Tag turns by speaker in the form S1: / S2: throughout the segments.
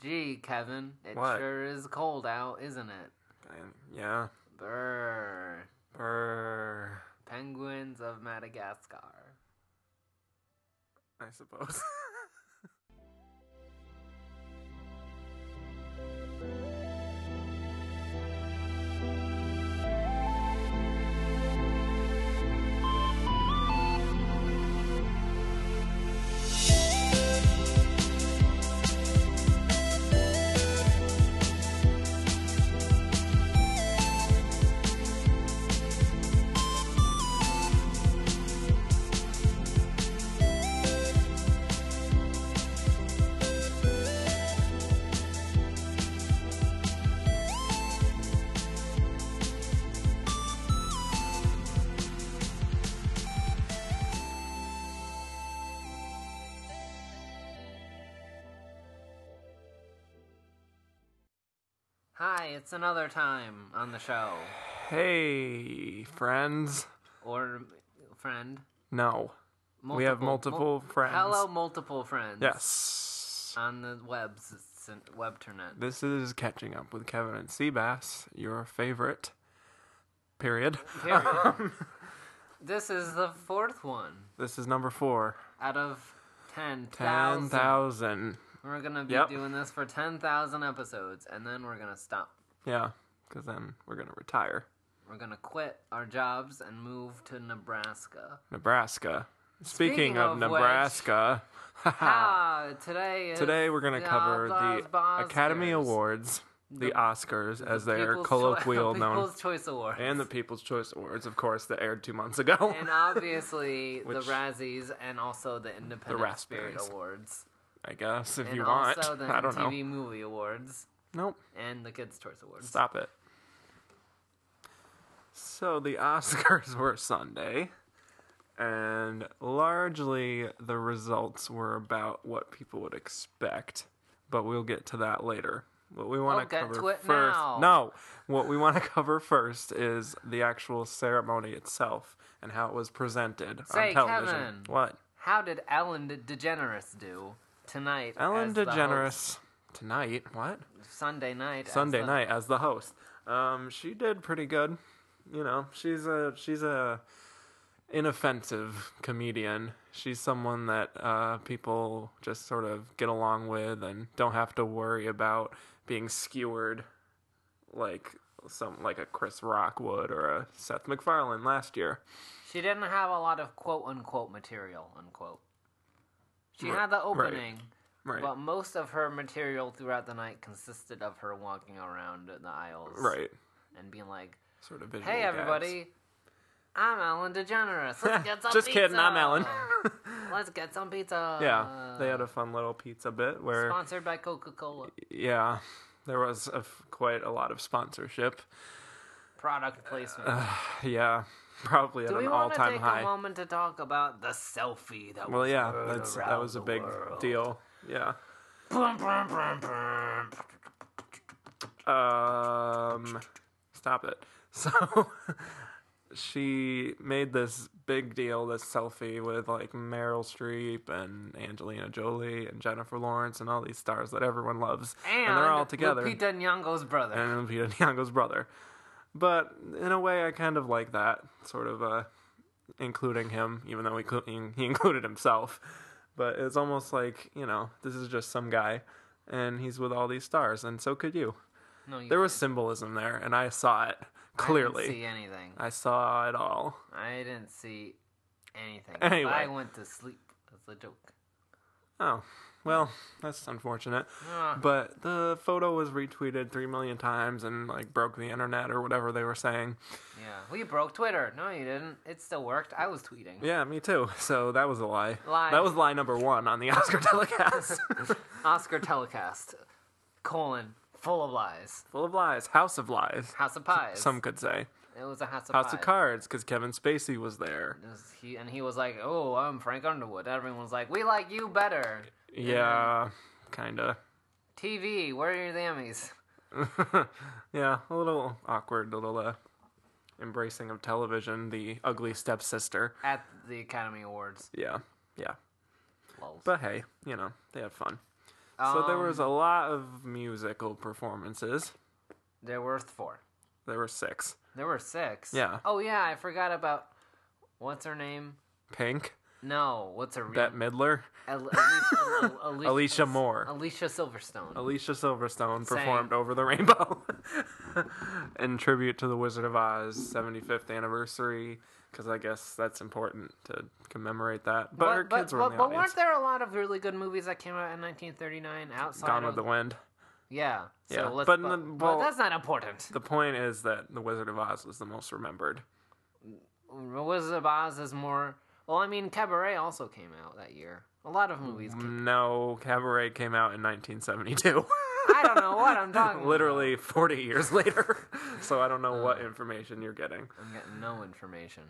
S1: Gee, Kevin, it
S2: What?
S1: sure is cold out, isn't it?
S2: And, yeah.
S1: Brr.
S2: Brr.
S1: Penguins of Madagascar.
S2: I suppose.
S1: Hi, it's another time on the show.
S2: hey, friends.
S1: Or friend.
S2: No. We have multiple friends.
S1: Hello, multiple friends.
S2: Yes.
S1: On the webs, web internet.
S2: This is Catching Up with Kevin and Seabass, your favorite. Period.
S1: this is the fourth one
S2: This is number four.
S1: out of 10,000.
S2: 10,000.
S1: we're going to be
S2: Yep.
S1: doing this for 10,000 episodes, and then we're going to stop.
S2: Yeah, because then we're going to retire.
S1: We're going to quit our jobs and move to Nebraska.
S2: Nebraska. Speaking,
S1: Speaking
S2: of,
S1: of which-
S2: Nebraska,
S1: ah, today is
S2: today we're going to
S1: the
S2: cover the
S1: Oscars.
S2: Academy Awards, the, Oscars, as they are
S1: People's
S2: colloquial
S1: Cho-
S2: known,
S1: People's Choice Awards.
S2: and the People's Choice Awards, of course, that aired two months ago.
S1: and obviously the
S2: Which-
S1: Razzies and also the Independent Spirit
S2: Raspberries.
S1: Awards.
S2: I guess if
S1: And
S2: you want,
S1: also the
S2: I don't
S1: MTV
S2: know.
S1: Movie Awards
S2: Nope.
S1: and the Kids Choice Awards.
S2: Stop it. So the Oscars were Sunday, and largely the results were about what people would expect, but we'll get to that later. What we want
S1: We'll
S2: to
S1: get
S2: cover
S1: to it
S2: first,
S1: now.
S2: no, what we want to cover first is the actual ceremony itself and how it was presented
S1: Say,
S2: on television.
S1: Kevin.
S2: What?
S1: How did Ellen De- DeGeneres do tonight?
S2: Ellen
S1: as the host-
S2: DeGeneres tonight. What?
S1: Sunday night. as
S2: Sunday
S1: the-
S2: night as the host. Um, she did pretty good. You know, she's a she's a inoffensive comedian. She's someone that uh, people just sort of get along with and don't have to worry about being skewered like some like a Chris Rock would or a Seth MacFarlane last year.
S1: She didn't have a lot of quote unquote material, unquote. She had the opening,
S2: Right.
S1: but most of her material throughout the night consisted of her walking around the aisles
S2: right.
S1: and being like,
S2: Sort of visual
S1: Hey
S2: gags.
S1: everybody, I'm Ellen DeGeneres. Let's get some
S2: Just
S1: pizza.
S2: kidding, I'm Ellen.
S1: Let's get some pizza.
S2: yeah. They had
S1: Uh.
S2: a fun little pizza bit where
S1: sponsored by Coca-Cola
S2: yeah, there was a f quite a lot of sponsorship.
S1: product placement.
S2: Yeah, probably
S1: Do
S2: at
S1: we
S2: Uh, an
S1: want to
S2: all-time
S1: take a
S2: high.
S1: moment to talk about the selfie that
S2: Well,
S1: was
S2: yeah,
S1: heard
S2: that's that
S1: around
S2: was a
S1: the
S2: big
S1: world?
S2: deal. Yeah.
S1: Brum, brum, brum, brum.
S2: Um, stop it. So she made this big deal, this selfie with like Meryl Streep and Angelina Jolie and Jennifer Lawrence and all these stars that everyone loves,
S1: And,
S2: they're all together.
S1: Lupita Nyong'o's brother.
S2: and Lupita Nyong'o's brother. But in a way, I kind of like that sort of uh, including him, even though he, clu- he included himself. But it's almost like you know, this is just some guy, and he's with all these stars, and so could you.
S1: no, you
S2: There was symbolism there, and I saw it
S1: I didn't
S2: clearly.
S1: see anything.
S2: I saw it all.
S1: I didn't see anything.
S2: Anyway.
S1: I went to sleep. That's the joke.
S2: Oh, well, that's unfortunate.
S1: Ah.
S2: But the photo was retweeted three million times and like broke the internet or whatever they were saying.
S1: Yeah, we broke Twitter. No, you didn't. It still worked. I was tweeting.
S2: Yeah, me too. So that was a lie.
S1: Lie.
S2: That was lie number one on the Oscar telecast.
S1: Oscar telecast: colon full of lies.
S2: Full of lies. House of lies.
S1: House of pies.
S2: Some could say.
S1: It was a house of
S2: House
S1: pies.
S2: of cards, because Kevin Spacey was there.
S1: It was- he, and he was like, "Oh, I'm Frank Underwood." Everyone was like, "We like you better."
S2: Yeah, kinda.
S1: TV, where are your Emmys?
S2: yeah, a little awkward, a little uh, embracing of television, the ugly stepsister.
S1: At the Academy Awards.
S2: Yeah, yeah.
S1: Lol. Oh,
S2: But hey, you know, they had fun. so there was a lot of musical performances.
S1: There were four.
S2: There were six.
S1: There were six.
S2: Yeah.
S1: Oh yeah, I forgot about what's her name.
S2: Pink,
S1: No, what's her real?
S2: Bette Midler,
S1: Al- Alicia, Al- Alicia,
S2: Alicia Moore.
S1: Alicia Silverstone.
S2: Alicia Silverstone
S1: Same.
S2: performed Over the Rainbow in tribute to the Wizard of Oz 75th anniversary, because I guess that's important to commemorate that. But, her
S1: but,
S2: kids
S1: but,
S2: were
S1: but,
S2: in the
S1: but
S2: audience.
S1: weren't there a lot of really good movies that came out in 1939 outside
S2: Gone
S1: of
S2: with the Wind.
S1: yeah so
S2: Yeah,
S1: let's
S2: but
S1: but,
S2: in the- well-
S1: well, that's not important
S2: The point is that the Wizard of Oz was the most remembered.
S1: Wizard of Oz is more well I mean Cabaret also came out that year a lot of movies came
S2: No, Cabaret came out in 1972.
S1: I don't know what I'm talking about. Uh.
S2: Literally 40 years later. so I don't know what information you're getting.
S1: I'm getting no information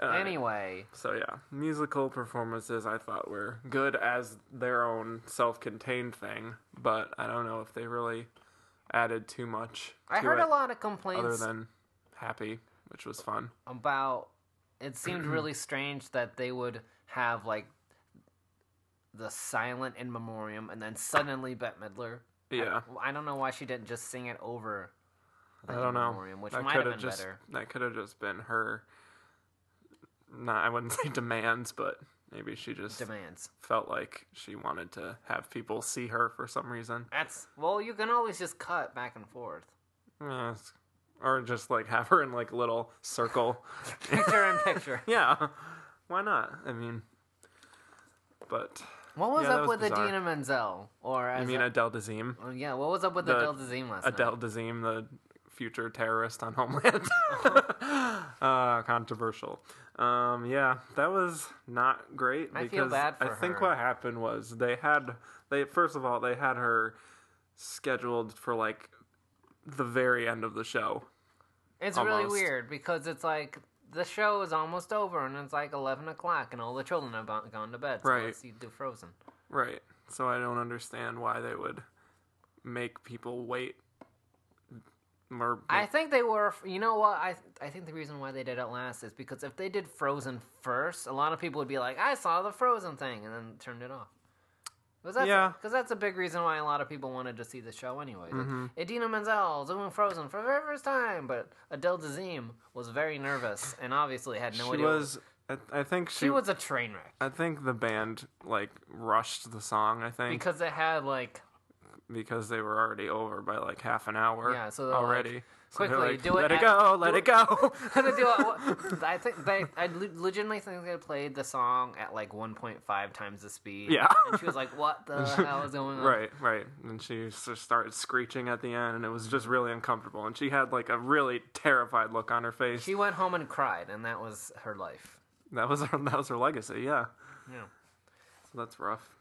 S2: All right.
S1: anyway
S2: So yeah, musical performances I thought were good as their own self-contained thing, but I don't know if they really added too much.
S1: I
S2: to
S1: heard
S2: it
S1: a lot of
S2: other
S1: complaints
S2: than happy, which was fun.
S1: about it seemed really strange that they would have like the silent in memoriam and then suddenly Bette Midler
S2: Yeah,
S1: I don't know why she didn't just sing it over
S2: I don't know.
S1: memoriam, which
S2: that
S1: might have
S2: coulda
S1: been
S2: just
S1: better.
S2: that could have just been her. Not, I wouldn't say demands, but maybe she just
S1: demands.
S2: felt like she wanted to have people see her for some reason.
S1: That's well, you can always just cut back and forth.
S2: Yeah, it's- Uh, or just like have her in like little circle.
S1: Picture in picture.
S2: Yeah. Why not? I mean, but
S1: What was
S2: Yeah, that
S1: up
S2: was
S1: with
S2: bizarre.
S1: Adina Menzel? Or as
S2: I mean
S1: a-
S2: Adele Dazeem.
S1: oh, yeah, what was up with
S2: the-
S1: Adele Dazeem last
S2: Adele
S1: night?
S2: Dazeem, the future terrorist on Homeland. uh, controversial. Um, yeah, that was not great.
S1: I feel
S2: because
S1: bad for
S2: I think
S1: her.
S2: what happened was they had they first of all they had her scheduled for like the very end of the show.
S1: It's
S2: almost.
S1: really weird because it's like the show is almost over and it's like eleven o'clock and all the children have gone- gone to bed. So
S2: Right.
S1: let's see do Frozen.
S2: Right. So I don't understand why they would make people wait. Or
S1: I think they were. You know what? I I think the reason why they did it last is because if they did Frozen first, a lot of people would be like, "I saw the Frozen thing," and then turned it off. Because that's,
S2: Yeah.
S1: 'cause that's a big reason why a lot of people wanted to see the show anyway. Like,
S2: Mm-hmm.
S1: Idina Menzel doing Frozen for the very first time, but Adele Dazeem was very nervous and obviously had no
S2: she
S1: idea.
S2: was. I, I think she,
S1: she was a train wreck
S2: I think the band like rushed the song. I think because,
S1: because it had like
S2: they were already over by like half an hour.
S1: Yeah, so they're like,
S2: already So they're
S1: "Quickly,
S2: like,
S1: do it
S2: Let it
S1: at-
S2: go. Let it go.
S1: gonna do a- what- I think they, I le- legitimately think they played the song at like 1.5 times the speed.
S2: Yeah.
S1: and she was like, "What the hell is going on?"
S2: right, right. And she just started screeching at the end, and it was just really uncomfortable. And she had like a really terrified look on her face.
S1: She went home and cried, and that was her life.
S2: that was her. That was her legacy. Yeah,
S1: Yeah.
S2: so that's rough.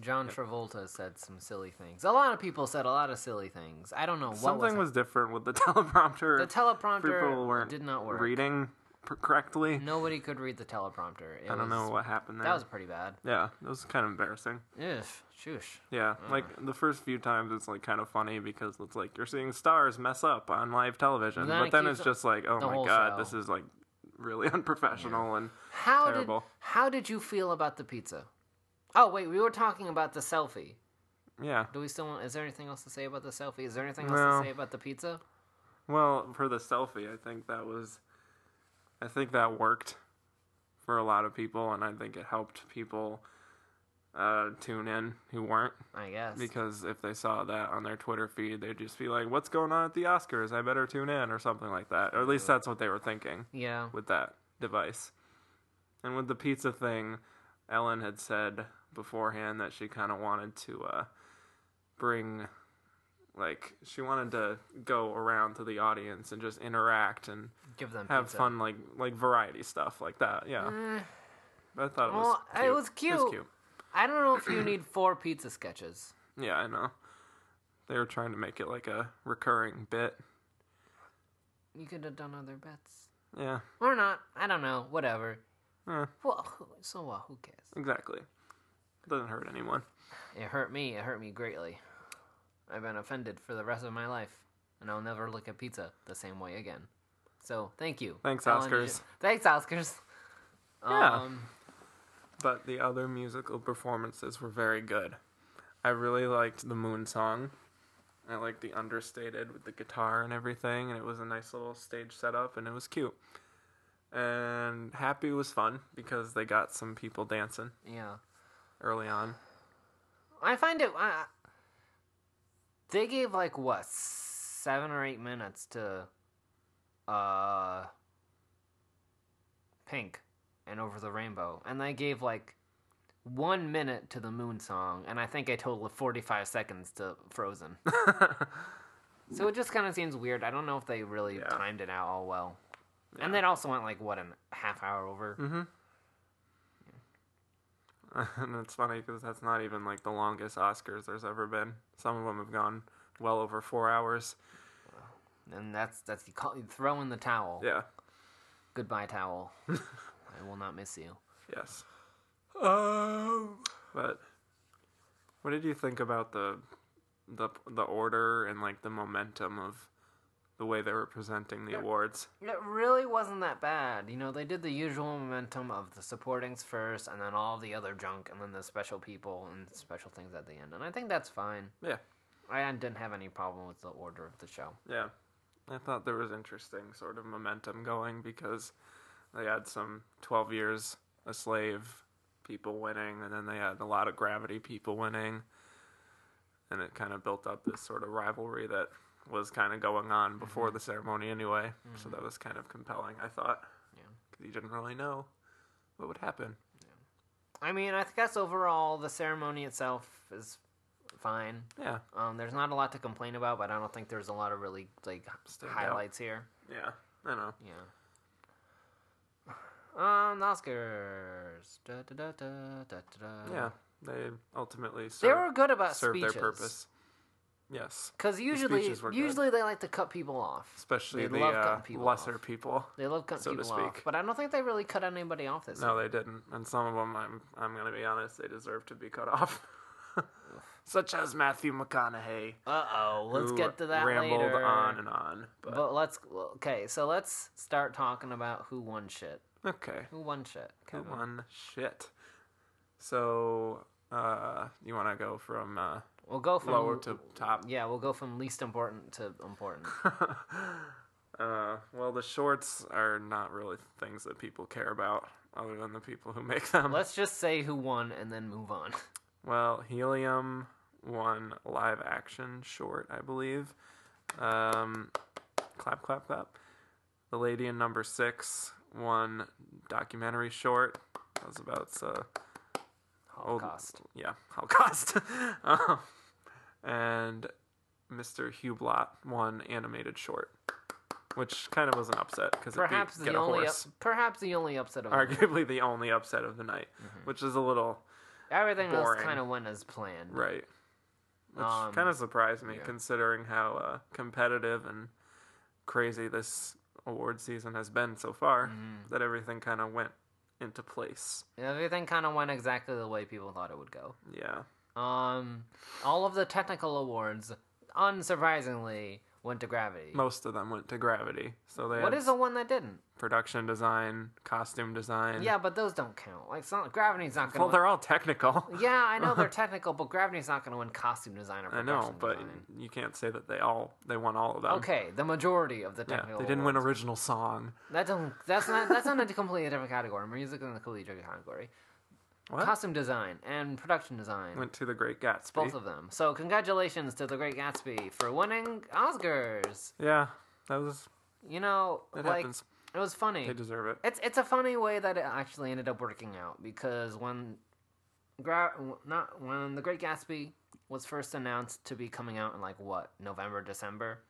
S1: John Travolta said some silly things. A lot of people said a lot of silly things. I don't know what
S2: Something was, different with the teleprompter.
S1: the
S2: people
S1: teleprompter
S2: weren't
S1: did not work.
S2: reading pr- correctly.
S1: Nobody could read the teleprompter. It
S2: I
S1: was-
S2: don't know what happened there.
S1: That was pretty bad.
S2: yeah, it was kind of embarrassing.
S1: Ugh, shoosh.
S2: Yeah,
S1: Uh.
S2: like the first few times, it's like kind of funny because it's like you're seeing stars mess up on live television,
S1: Then
S2: but
S1: it
S2: then
S1: keeps
S2: it's just like, oh
S1: the
S2: my
S1: whole
S2: god,
S1: show.
S2: this is like really unprofessional and
S1: How
S2: Terrible.
S1: did how did you feel about the pizza? Oh wait, we were talking about the selfie.
S2: yeah.
S1: Do we still want? Is there anything else to say about the selfie? Is there anything else
S2: No.
S1: to say about the pizza?
S2: Well, for the selfie, I think that was, I think that worked for a lot of people, and I think it helped people uh, tune in who weren't.
S1: I guess.
S2: because if they saw that on their Twitter feed, they'd just be like, "What's going on at the Oscars? I better tune in" or something like that. Or at least that's what they were thinking
S1: yeah.
S2: with that device. And with the pizza thing, Ellen had said beforehand that she kind of wanted to uh, bring, like, she wanted to go around to the audience and just interact and
S1: Give them
S2: have
S1: pizza.
S2: fun, like like variety stuff like that. Yeah,
S1: Eh,
S2: I thought it was.
S1: well, it was
S2: It was
S1: cute.
S2: cute.
S1: I don't know if you need four pizza sketches.
S2: Yeah, I know. They were trying to make it like a recurring bit.
S1: You could have done other bets.
S2: Yeah,
S1: Or not. I don't know. Whatever.
S2: Eh.
S1: Well, who- so what? Who cares?
S2: exactly. Doesn't hurt anyone.
S1: It hurt me. It hurt me greatly. I've been offended for the rest of my life, and I'll never look at pizza the same way again. So thank you.
S2: Thanks,
S1: Ellen, you-
S2: Oscars.
S1: Thanks, Oscars.
S2: Yeah.
S1: Um,
S2: But the other musical performances were very good. I really liked the Moon Song. I liked the understated with the guitar and everything, and it was a nice little stage setup, and it was cute. And Happy was fun because they got some people dancing
S1: Yeah.
S2: early on.
S1: I find it. I, they gave like what seven or eight minutes to, uh, Pink, and Over the Rainbow, and they gave like one minute to the Moon Song, and I think a total of forty-five seconds to Frozen. so it just kind of seems weird. I don't know if they really
S2: Yeah.
S1: timed it out all well, and that also went like what a half hour over.
S2: Hmm. Mm-hmm. and it's funny because that's not even like the longest Oscars there's ever been. Some of them have gone well over four hours.
S1: And that's that's you, call, you throw in the towel.
S2: Yeah.
S1: Goodbye towel. I will not miss you.
S2: Yes. But what did you think about the the the order and like the momentum of the way they were presenting the awards?
S1: It really wasn't that bad. You know, they did the usual momentum of the supportings first, and then all the other junk, and then the special people and special things at the end. And I think that's fine.
S2: Yeah.
S1: I didn't have any problem with the order of the show.
S2: Yeah. I thought there was interesting sort of momentum going because they had some 12 years a slave people winning, and then they had a lot of gravity people winning. And it kind of built up this sort of rivalry that was kind of going
S1: Mm-hmm.
S2: on before the ceremony anyway. So that was kind of compelling, I thought.
S1: Yeah.
S2: Because you didn't really know what would happen.
S1: I mean, I guess overall the ceremony itself is fine.
S2: Yeah.
S1: Um, there's not a lot to complain about, but I don't think there's a lot of really like
S2: Stand out.
S1: highlights here.
S2: Yeah. I know.
S1: Yeah. Um, the Oscars. Da, da, da, da, da, da.
S2: Yeah. They ultimately served,
S1: They were good about
S2: served
S1: uh, speeches.
S2: their purpose. Yes.
S1: Because usually,
S2: speeches were good.
S1: usually they like to cut people off.
S2: Especially
S1: They
S2: the
S1: love
S2: uh,
S1: cutting people
S2: lesser
S1: off.
S2: people.
S1: They love cutting
S2: So to
S1: people off.
S2: speak.
S1: But I don't think they really cut anybody off this
S2: No,
S1: year.
S2: they didn't. And some of them, I'm I'm gonna be honest, they deserve to be cut off. Such as Matthew McConaughey.
S1: Uh oh. Let's
S2: who
S1: get to that
S2: rambled
S1: later.
S2: on and on. But,
S1: But let's okay. So let's start talking about who won shit.
S2: okay,
S1: Who won shit?
S2: who
S1: Kevin?
S2: won? Shit. So, uh, you want to go from uh,
S1: We'll go from
S2: lower to top?
S1: yeah. We'll go from least important to important.
S2: Uh, well, the shorts are not really things that people care about, other than the people who make them.
S1: let's just say who won and then move on.
S2: Well, Helium won live action short, I believe. Um, clap, clap, clap. The Lady in Number Six won documentary short. That was about uh,
S1: Holocaust.
S2: yeah, Holocaust. um, and Mr. Hublot won animated short, which kind of was an upset because
S1: Perhaps
S2: it beat
S1: the
S2: Get a
S1: only up,
S2: Horse,
S1: perhaps the only upset of the night.
S2: arguably the only upset of the night,
S1: Mm-hmm.
S2: which is a little
S1: everything else
S2: boring.
S1: kind of went as planned.
S2: Right. Which
S1: Um,
S2: kind of surprised me
S1: yeah.
S2: considering how uh, competitive and crazy this award season has been so far
S1: Mm-hmm.
S2: that everything kind of went into place.
S1: Everything kind of went exactly the way people thought it would go.
S2: Yeah.
S1: Um, all of the technical awards, unsurprisingly, went to Gravity.
S2: Most of them went to Gravity. So they
S1: What
S2: had
S1: is the one that didn't?
S2: production design, costume design.
S1: Yeah, but those don't count. Like, it's not, Gravity's not
S2: Well,
S1: gonna.
S2: they're all technical.
S1: win. Yeah, I know they're technical, but Gravity's not gonna win costume design or
S2: I
S1: production
S2: know, but
S1: design.
S2: you can't say that they all they won all of them.
S1: Okay, the majority of the
S2: Yeah,
S1: technical.
S2: they didn't win
S1: awards.
S2: original song.
S1: That don't. That's not. That's not a completely different category. Music is a completely different category.
S2: What?
S1: Costume design and production design.
S2: Went to the Great Gatsby.
S1: both of them. So congratulations to The Great Gatsby for winning Oscars.
S2: yeah, that was
S1: You know,
S2: that
S1: like
S2: happens.
S1: it was funny.
S2: They deserve it.
S1: It's it's a funny way that it actually ended up working out because when gra- not when The Great Gatsby was first announced to be coming out in like what November December,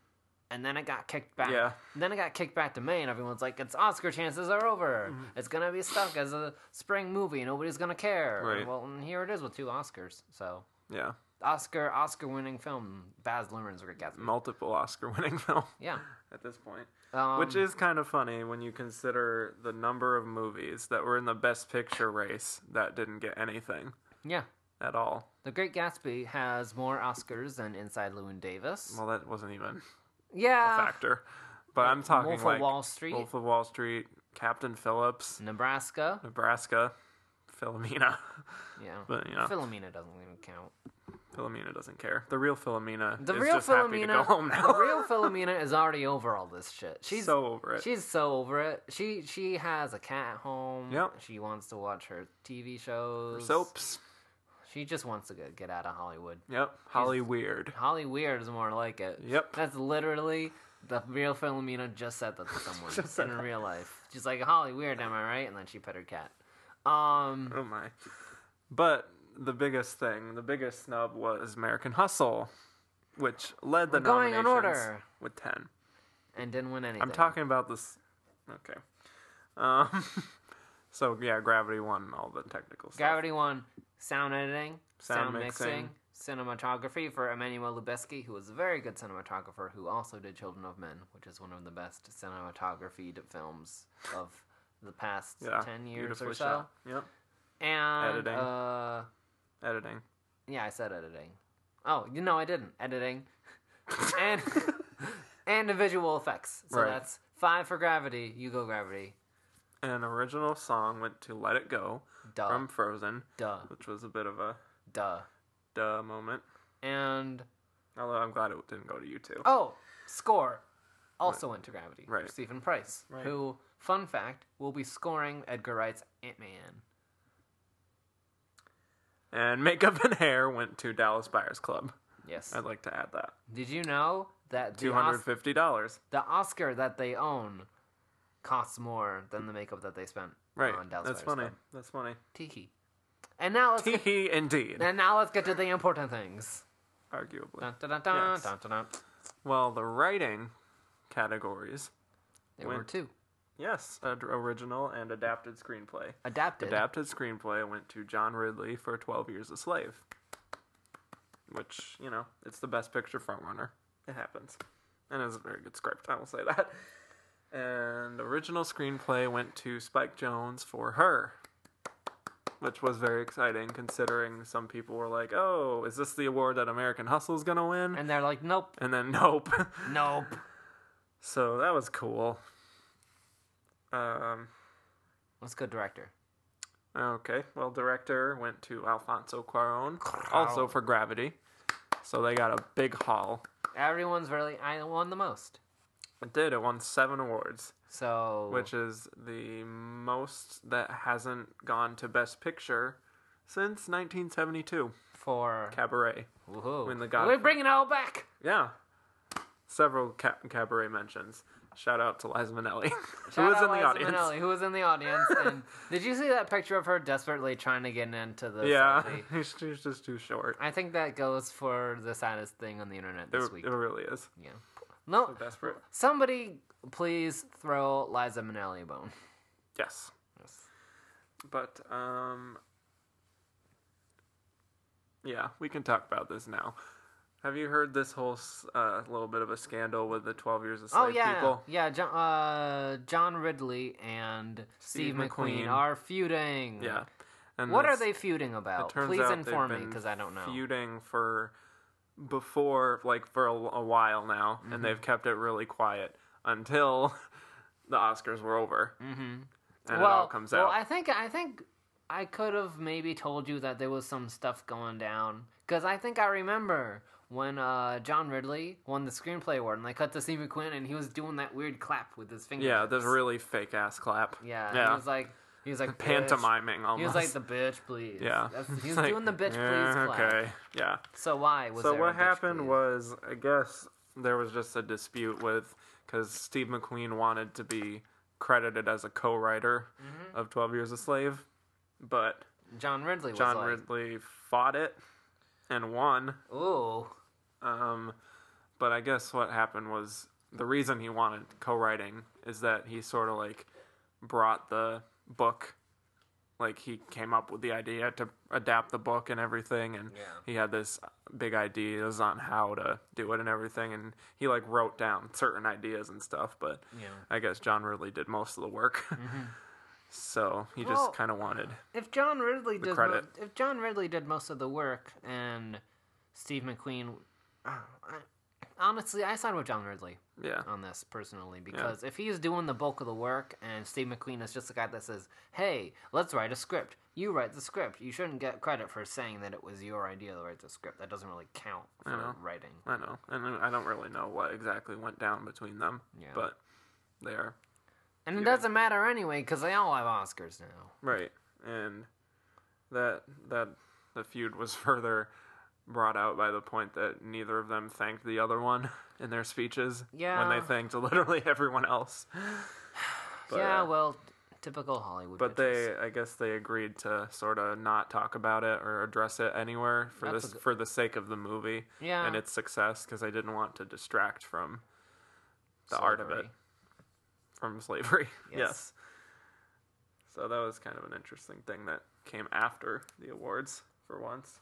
S1: and then it got kicked back.
S2: Yeah.
S1: And then it got kicked back to May, and everyone's like, "Its Oscar chances are over.
S2: Mm-hmm.
S1: It's gonna be stuck as a spring movie. Nobody's gonna care."
S2: Right.
S1: Well, and here it is with two Oscars. So
S2: Yeah.
S1: Oscar Oscar winning film Baz Luhrmann's Great Gatsby.
S2: multiple Oscar winning film
S1: Yeah,
S2: at this point.
S1: um,
S2: Which is kind of funny when you consider the number of movies that were in the best picture race that didn't get anything
S1: yeah.
S2: at all.
S1: The Great Gatsby has more Oscars than Inside Llewyn Davis.
S2: Well, that wasn't even a
S1: yeah,
S2: factor. But I'm talking
S1: Ah. Wolf
S2: like
S1: of Wall Street, Mm.
S2: Wolf of Wall Street, Captain Phillips,
S1: Nebraska.
S2: Nebraska, Philomena.
S1: Yeah,
S2: But you know,
S1: Philomena doesn't even count.
S2: Philomena doesn't care. The real Philomena
S1: The
S2: is
S1: real
S2: just happy to go
S1: Philomena,
S2: home now.
S1: the real Philomena is already over all this shit. She's
S2: so over it.
S1: she's so over it. She she has a cat at home.
S2: Yep.
S1: She wants to watch her TV shows.
S2: Soaps.
S1: She just wants to get, get out of Hollywood.
S2: Yep. Holly Weird.
S1: Holly Weird is more like it.
S2: Yep.
S1: That's literally the real Philomena just said that to someone
S2: Just said
S1: in
S2: that.
S1: real life. She's like, Holly Weird, am I right? And then she pet her cat. Um,
S2: Oh my. But the biggest thing, the biggest snub was American Hustle, which led the
S1: We're going in
S2: nominations
S1: order.
S2: with 10.
S1: and didn't win anything.
S2: I'm talking about this. Okay. Um, so yeah, Gravity won all the technical stuff.
S1: Gravity won sound editing, sound,
S2: Sound mixing.
S1: mixing, cinematography for Emmanuel Lubezki, who was a very good cinematographer who also did Children of Men, which is one of the best cinematography films of the past
S2: Yeah,
S1: 10 years
S2: beautifully
S1: or so.
S2: shot. Yep.
S1: And
S2: Editing.
S1: uh
S2: Editing.
S1: yeah, I said editing. Oh, you know I didn't. Editing. and and the visual effects. So
S2: Right.
S1: that's 5 for Gravity, you go Gravity.
S2: An original song went to "Let It Go"
S1: Duh.
S2: from Frozen,
S1: duh.
S2: which was a bit of a
S1: Duh.
S2: duh moment.
S1: And
S2: Although I'm glad it didn't go to you two.
S1: Oh, score also went to Gravity.
S2: Right.
S1: Stephen Price,
S2: Right.
S1: who, fun fact, will be scoring Edgar Wright's Ant Man.
S2: And makeup and hair went to Dallas Buyers Club.
S1: Yes.
S2: I'd like to add that
S1: Did you know that the,
S2: two
S1: Os-
S2: hundred fifty dollars.
S1: the Oscar that they own costs more than the makeup that they spent
S2: Right.
S1: on Dallas
S2: That's
S1: Buyers
S2: funny.
S1: Club?
S2: That's funny.
S1: Tiki. And now let's get,
S2: Teehee, indeed.
S1: and now let's get to the important things.
S2: Arguably.
S1: Dun, dun, dun, dun,
S2: Yes.
S1: dun, dun, dun.
S2: Well, the writing categories.
S1: There
S2: Win.
S1: were two
S2: Yes, ad- original and adapted screenplay.
S1: adapted.
S2: Adapted screenplay went to John Ridley for 12 Years a Slave. Which, you know, it's the best picture frontrunner. It happens. And it's a very good script, I will say that. And original screenplay went to Spike Jones for her. Which was very exciting considering some people were like, oh, is this the award that American Hustle's gonna win?
S1: and they're like, nope,
S2: and then nope.
S1: nope.
S2: so that was cool. Um,
S1: Let's go director.
S2: Okay. Well, director went to Alfonso Cuarón, also for Gravity. So they got a big haul.
S1: Everyone's really I won the most.
S2: It did. It won seven awards,
S1: So
S2: which is the most that hasn't gone to Best Picture since 1972.
S1: for
S2: Cabaret.
S1: Woohoo.
S2: When the God-
S1: We're bringing it all back.
S2: Yeah. Several ca- cabaret mentions. Shout out to Liza Minnelli, who
S1: Shout
S2: was
S1: out
S2: in the
S1: Liza
S2: audience.
S1: Minnelli, who was in the audience? And did you see that picture of her desperately trying to get into the
S2: Yeah,
S1: selfie?
S2: she's just too short.
S1: I think that goes for the saddest thing on the internet
S2: It,
S1: this week.
S2: it really is.
S1: yeah. No,
S2: Desperate.
S1: somebody please throw Liza Minnelli a bone.
S2: Yes. But um Yeah, we can talk about this now. Have you heard this whole s- uh, little bit of a scandal with the 12 years of slave
S1: Oh yeah,
S2: people?
S1: yeah. John, uh, John Ridley and Steve,
S2: Steve
S1: McQueen,
S2: McQueen.
S1: are feuding.
S2: Yeah. And
S1: What are
S2: this-
S1: they feuding about?
S2: turns
S1: Please
S2: out they've
S1: inform me
S2: been
S1: because I don't know.
S2: feuding for before like for a, a while now
S1: Mm-hmm.
S2: and they've kept it really quiet until the Oscars were over. Mhm. And it all comes
S1: Mm-hmm. well,
S2: out.
S1: I think I think I could have maybe told you that there was some stuff going down because I think I remember when uh, John Ridley won the screenplay award and they cut to Steve McQueen and he was doing that weird clap with his fingers.
S2: yeah, this really fake ass clap.
S1: yeah.
S2: Yeah.
S1: He was like he was like "Bitch."
S2: pantomiming almost.
S1: He was like the bitch, please.
S2: Yeah.
S1: That's,
S2: It's
S1: he was
S2: like,
S1: doing the bitch,
S2: "Yeah,
S1: please clap.
S2: Okay. Yeah.
S1: So why was
S2: So
S1: there
S2: what
S1: a bitch,
S2: happened
S1: please?
S2: was, I guess there was just a dispute with because Steve McQueen wanted to be credited as a co-writer
S1: Mm-hmm.
S2: of Twelve Years a Slave, but
S1: John Ridley was
S2: John
S1: like,
S2: Ridley fought it and won.
S1: ooh,
S2: Um, but I guess what happened was the reason he wanted co-writing is that he sort of like brought the book, like he came up with the idea to adapt the book and everything, and
S1: Yeah.
S2: he had this big ideas on how to do it and everything, and he like wrote down certain ideas and stuff. But
S1: yeah. Mm-hmm.
S2: I guess John Ridley did most of the work, so he
S1: Well-
S2: just kind of wanted
S1: if John Ridley did mo-
S2: credit.
S1: if John Ridley did most of the work and Steve McQueen, uh, I- honestly, I side with John Ridley
S2: yeah.
S1: on this personally because if he's doing the bulk of the work and Steve McQueen is just the guy that says, "Hey, let's write a script," You write the script. You shouldn't get credit for saying that it was your idea to write the script. That doesn't really count
S2: I
S1: for
S2: know.
S1: writing.
S2: I know, and I don't really know what exactly went down between them,
S1: Yeah.
S2: but they are
S1: And it doesn't matter anyway because they all have Oscars now.
S2: right, and that that the feud was further brought out by the point that neither of them thanked the other one in their speeches when
S1: Yeah.
S2: they thanked literally everyone else. But,
S1: yeah,
S2: uh,
S1: well, typical Hollywood.
S2: But
S1: bitches.
S2: they, I guess, they agreed to sort of not talk about it or address it anywhere for
S1: That's a
S2: this
S1: good-
S2: for the sake of the movie
S1: yeah,
S2: and its success, because I didn't want to distract from the art of it.
S1: Slavery.
S2: from slavery.
S1: Yes.
S2: Yes. So that was kind of an interesting thing that came after the awards for once.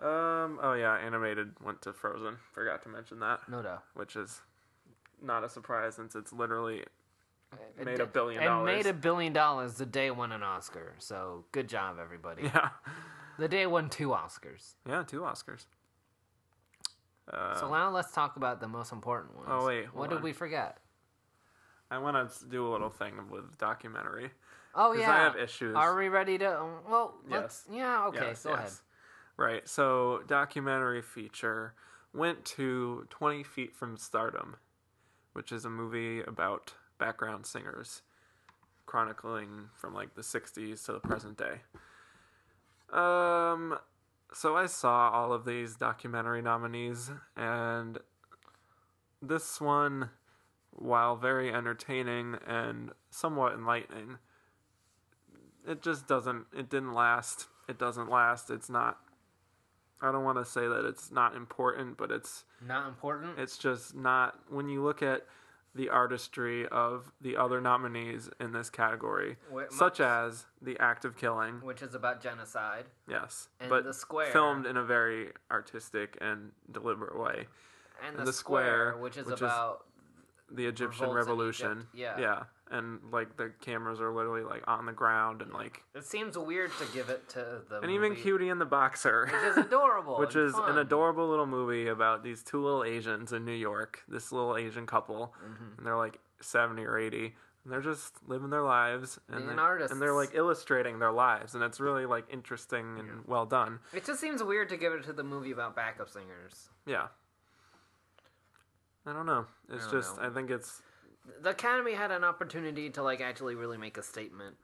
S2: Um. Oh yeah, animated went to Frozen. Forgot to mention that,
S1: No doubt.
S2: which is not a surprise since it's literally
S1: It
S2: made
S1: di-
S2: a billion
S1: and
S2: dollars.
S1: made a billion dollars the day it won an Oscar. So good job, everybody.
S2: yeah,
S1: The day it won two Oscars.
S2: yeah, two Oscars. Uh,
S1: so now let's talk about the most important ones.
S2: Oh, wait,
S1: what
S2: hold
S1: did
S2: on.
S1: we forget?
S2: I want to do a little thing with documentary
S1: Oh
S2: because
S1: yeah,
S2: I have issues.
S1: are we ready to? um, Well, let's. Yeah. Oh, Okay.
S2: Yes,
S1: go
S2: yes.
S1: ahead.
S2: Right. So documentary feature went to Twenty Feet from Stardom, which is a movie about background singers, chronicling from like the '60s to the present day. Um, so I saw all of these documentary nominees, and this one, while very entertaining and somewhat enlightening, it just doesn't. It didn't last. It doesn't last. It's not. I don't want to say that it's not important, but it's
S1: Not important.
S2: it's just not. When you look at the artistry of the other nominees in this category,
S1: Wait, my-
S2: such as the act of killing,
S1: which is about genocide.
S2: Yes,
S1: And
S2: but
S1: the square.
S2: filmed in a very artistic and deliberate way.
S1: and
S2: the square,
S1: which is
S2: which is-
S1: about
S2: The Egyptian
S1: Revolts in
S2: Revolution.
S1: Egypt, yeah.
S2: yeah, and like the cameras are literally like on the ground and like
S1: it seems weird to give it to the
S2: and even
S1: movie,
S2: Cutie and the Boxer,
S1: which is adorable,
S2: which
S1: and
S2: is
S1: fun.
S2: an adorable little movie about these two little Asians in New York. This little Asian couple,
S1: Mm-hmm.
S2: and they're like seventy or eighty. And they're just living their lives, and,
S1: Being
S2: they,
S1: artists.
S2: and they're like illustrating their lives, and it's really like interesting and well done.
S1: It just seems weird to give it to the movie about backup singers.
S2: Yeah. I don't know. It's
S1: I don't
S2: just
S1: know.
S2: I think it's
S1: The Academy had an opportunity to like actually really make a statement,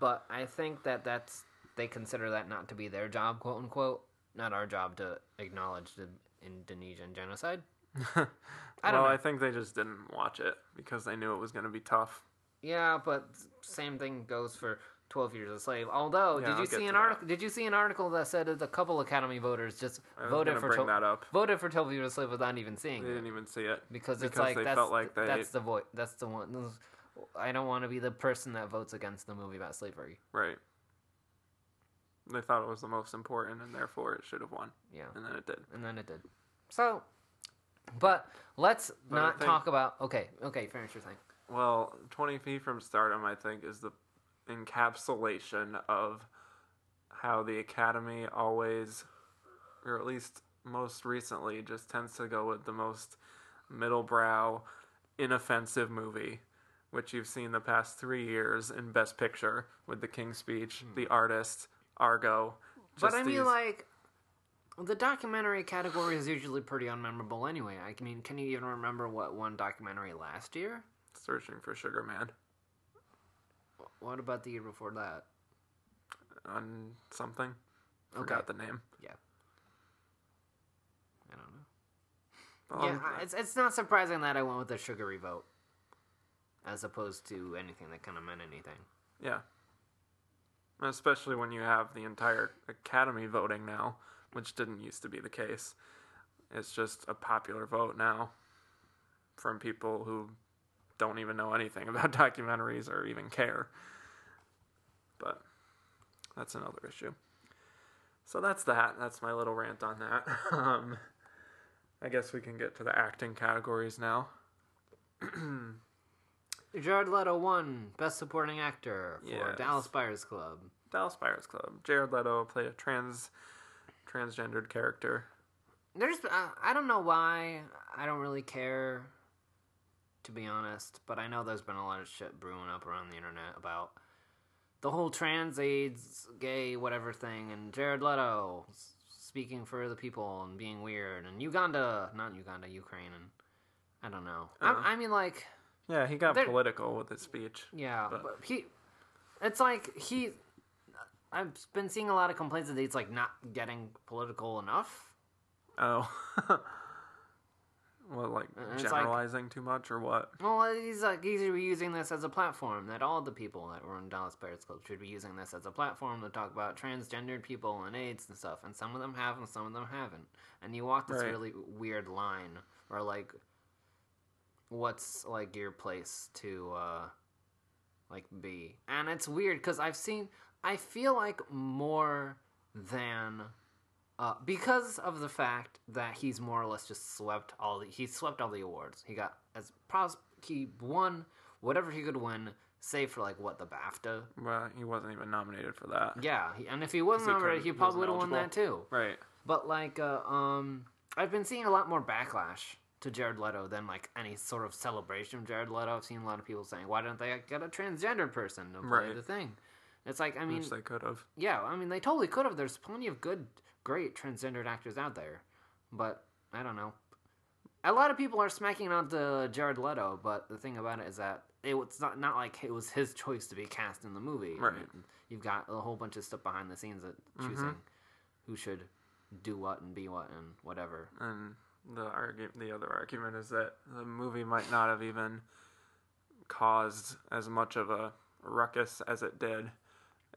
S1: but I think that that's they consider that not to be their job, quote unquote, not our job to acknowledge the Indonesian genocide. I don't
S2: well,
S1: know.
S2: I think they just didn't watch it because they knew it was going to be tough.
S1: Yeah, but same thing goes for Twelve Years a Slave. Although,
S2: Yeah,
S1: did
S2: I'll
S1: you
S2: get
S1: see
S2: to
S1: an
S2: that.
S1: article? Did you see an article that said that a couple Academy voters just
S2: I was
S1: voted
S2: gonna
S1: for
S2: bring
S1: Twelve
S2: that up.
S1: voted for Twelve Years a Slave without even seeing
S2: They
S1: it
S2: didn't even see it
S1: because it's
S2: because
S1: like
S2: they
S1: that's
S2: felt like they
S1: that's the voice that's the one. I don't want to be the person that votes against the movie about slavery.
S2: right. They thought it was the most important and therefore it should have won,
S1: Yeah,
S2: and then it did.
S1: and then it did. So, but let's
S2: I
S1: not
S2: think-
S1: talk about. Okay, okay, finish your thing.
S2: Well, Twenty Feet from Stardom, I think, is the encapsulation of how the Academy always, or at least most recently, just tends to go with the most middle brow, inoffensive movie, which you've seen the past three years in Best Picture with The King's Speech, The Artist, Argo.
S1: But
S2: just
S1: I mean,
S2: these-
S1: like, the documentary category is usually pretty unmemorable anyway. I mean, can you even remember what won documentary last year?
S2: searching for Sugar Man
S1: What about the year before that?
S2: on something. Forgot the name.
S1: Yeah. I don't know.
S2: Well,
S1: yeah, I- it's, it's not surprising that I went with a sugary vote as opposed to anything that kind of meant anything.
S2: Yeah. Especially when you have the entire academy voting now, which didn't used to be the case. It's just a popular vote now from people who don't even know anything about documentaries or even care. But that's another issue. So that's that. That's my little rant on that. um, I guess we can get to the acting categories now.
S1: Jared Leto won Best Supporting Actor for
S2: Yes.
S1: Dallas Buyers Club.
S2: Dallas Buyers Club. Jared Leto played a trans transgendered character
S1: There's, uh, I don't know why. I don't really care, to be honest. But I know there's been a lot of shit brewing up around the internet about the whole trans AIDS gay whatever thing and Jared Leto s- speaking for the people and being weird and Uganda not Uganda Ukraine and I don't know
S2: Uh-huh.
S1: I, I mean like
S2: Yeah, he got
S1: There-
S2: political with his speech.
S1: yeah
S2: But-
S1: but he it's like he I've been seeing a lot of complaints that he's like not getting political enough
S2: Oh. well, like
S1: And it's like-
S2: generalizing too much or what?
S1: Well, he's like he's using this as a platform that all the people that were in Dallas Pirates Club should be using this as a platform to talk about transgendered people and AIDS and stuff. And some of them have, and some of them haven't. And you walk this
S2: Right.
S1: really weird line, or like, what's like your place to, uh like, be? And it's weird because I've seen, I feel like more than uh, because of the fact that he's more or less just swept all the he swept all the awards. He got as pros he won whatever he could win, save for like what the BAFTA.
S2: Well, he wasn't even nominated for that.
S1: Yeah, he, and if he wasn't
S2: He
S1: already,
S2: couldn't-
S1: he
S2: he
S1: probably would
S2: wasn't
S1: have won that too.
S2: Right.
S1: But like, uh, um, I've been seeing a lot more backlash to Jared Leto than like any sort of celebration of Jared Leto. I've seen a lot of people saying, "Why don't they get a transgender person to play
S2: Right.
S1: the thing?" It's like I mean,
S2: Which they could have.
S1: yeah, I mean, they totally could have. There's plenty of good, great transgendered actors out there, but I don't know. A lot of people are smacking out the Jared Leto, but the thing about it is that it was not not like it was his choice to be cast in the movie.
S2: Right. Mm-hmm.
S1: You've got a whole bunch of stuff behind the scenes that choosing who should do what and be what and whatever.
S2: And the argu- the other argument is that the movie might not have even caused as much of a ruckus as it did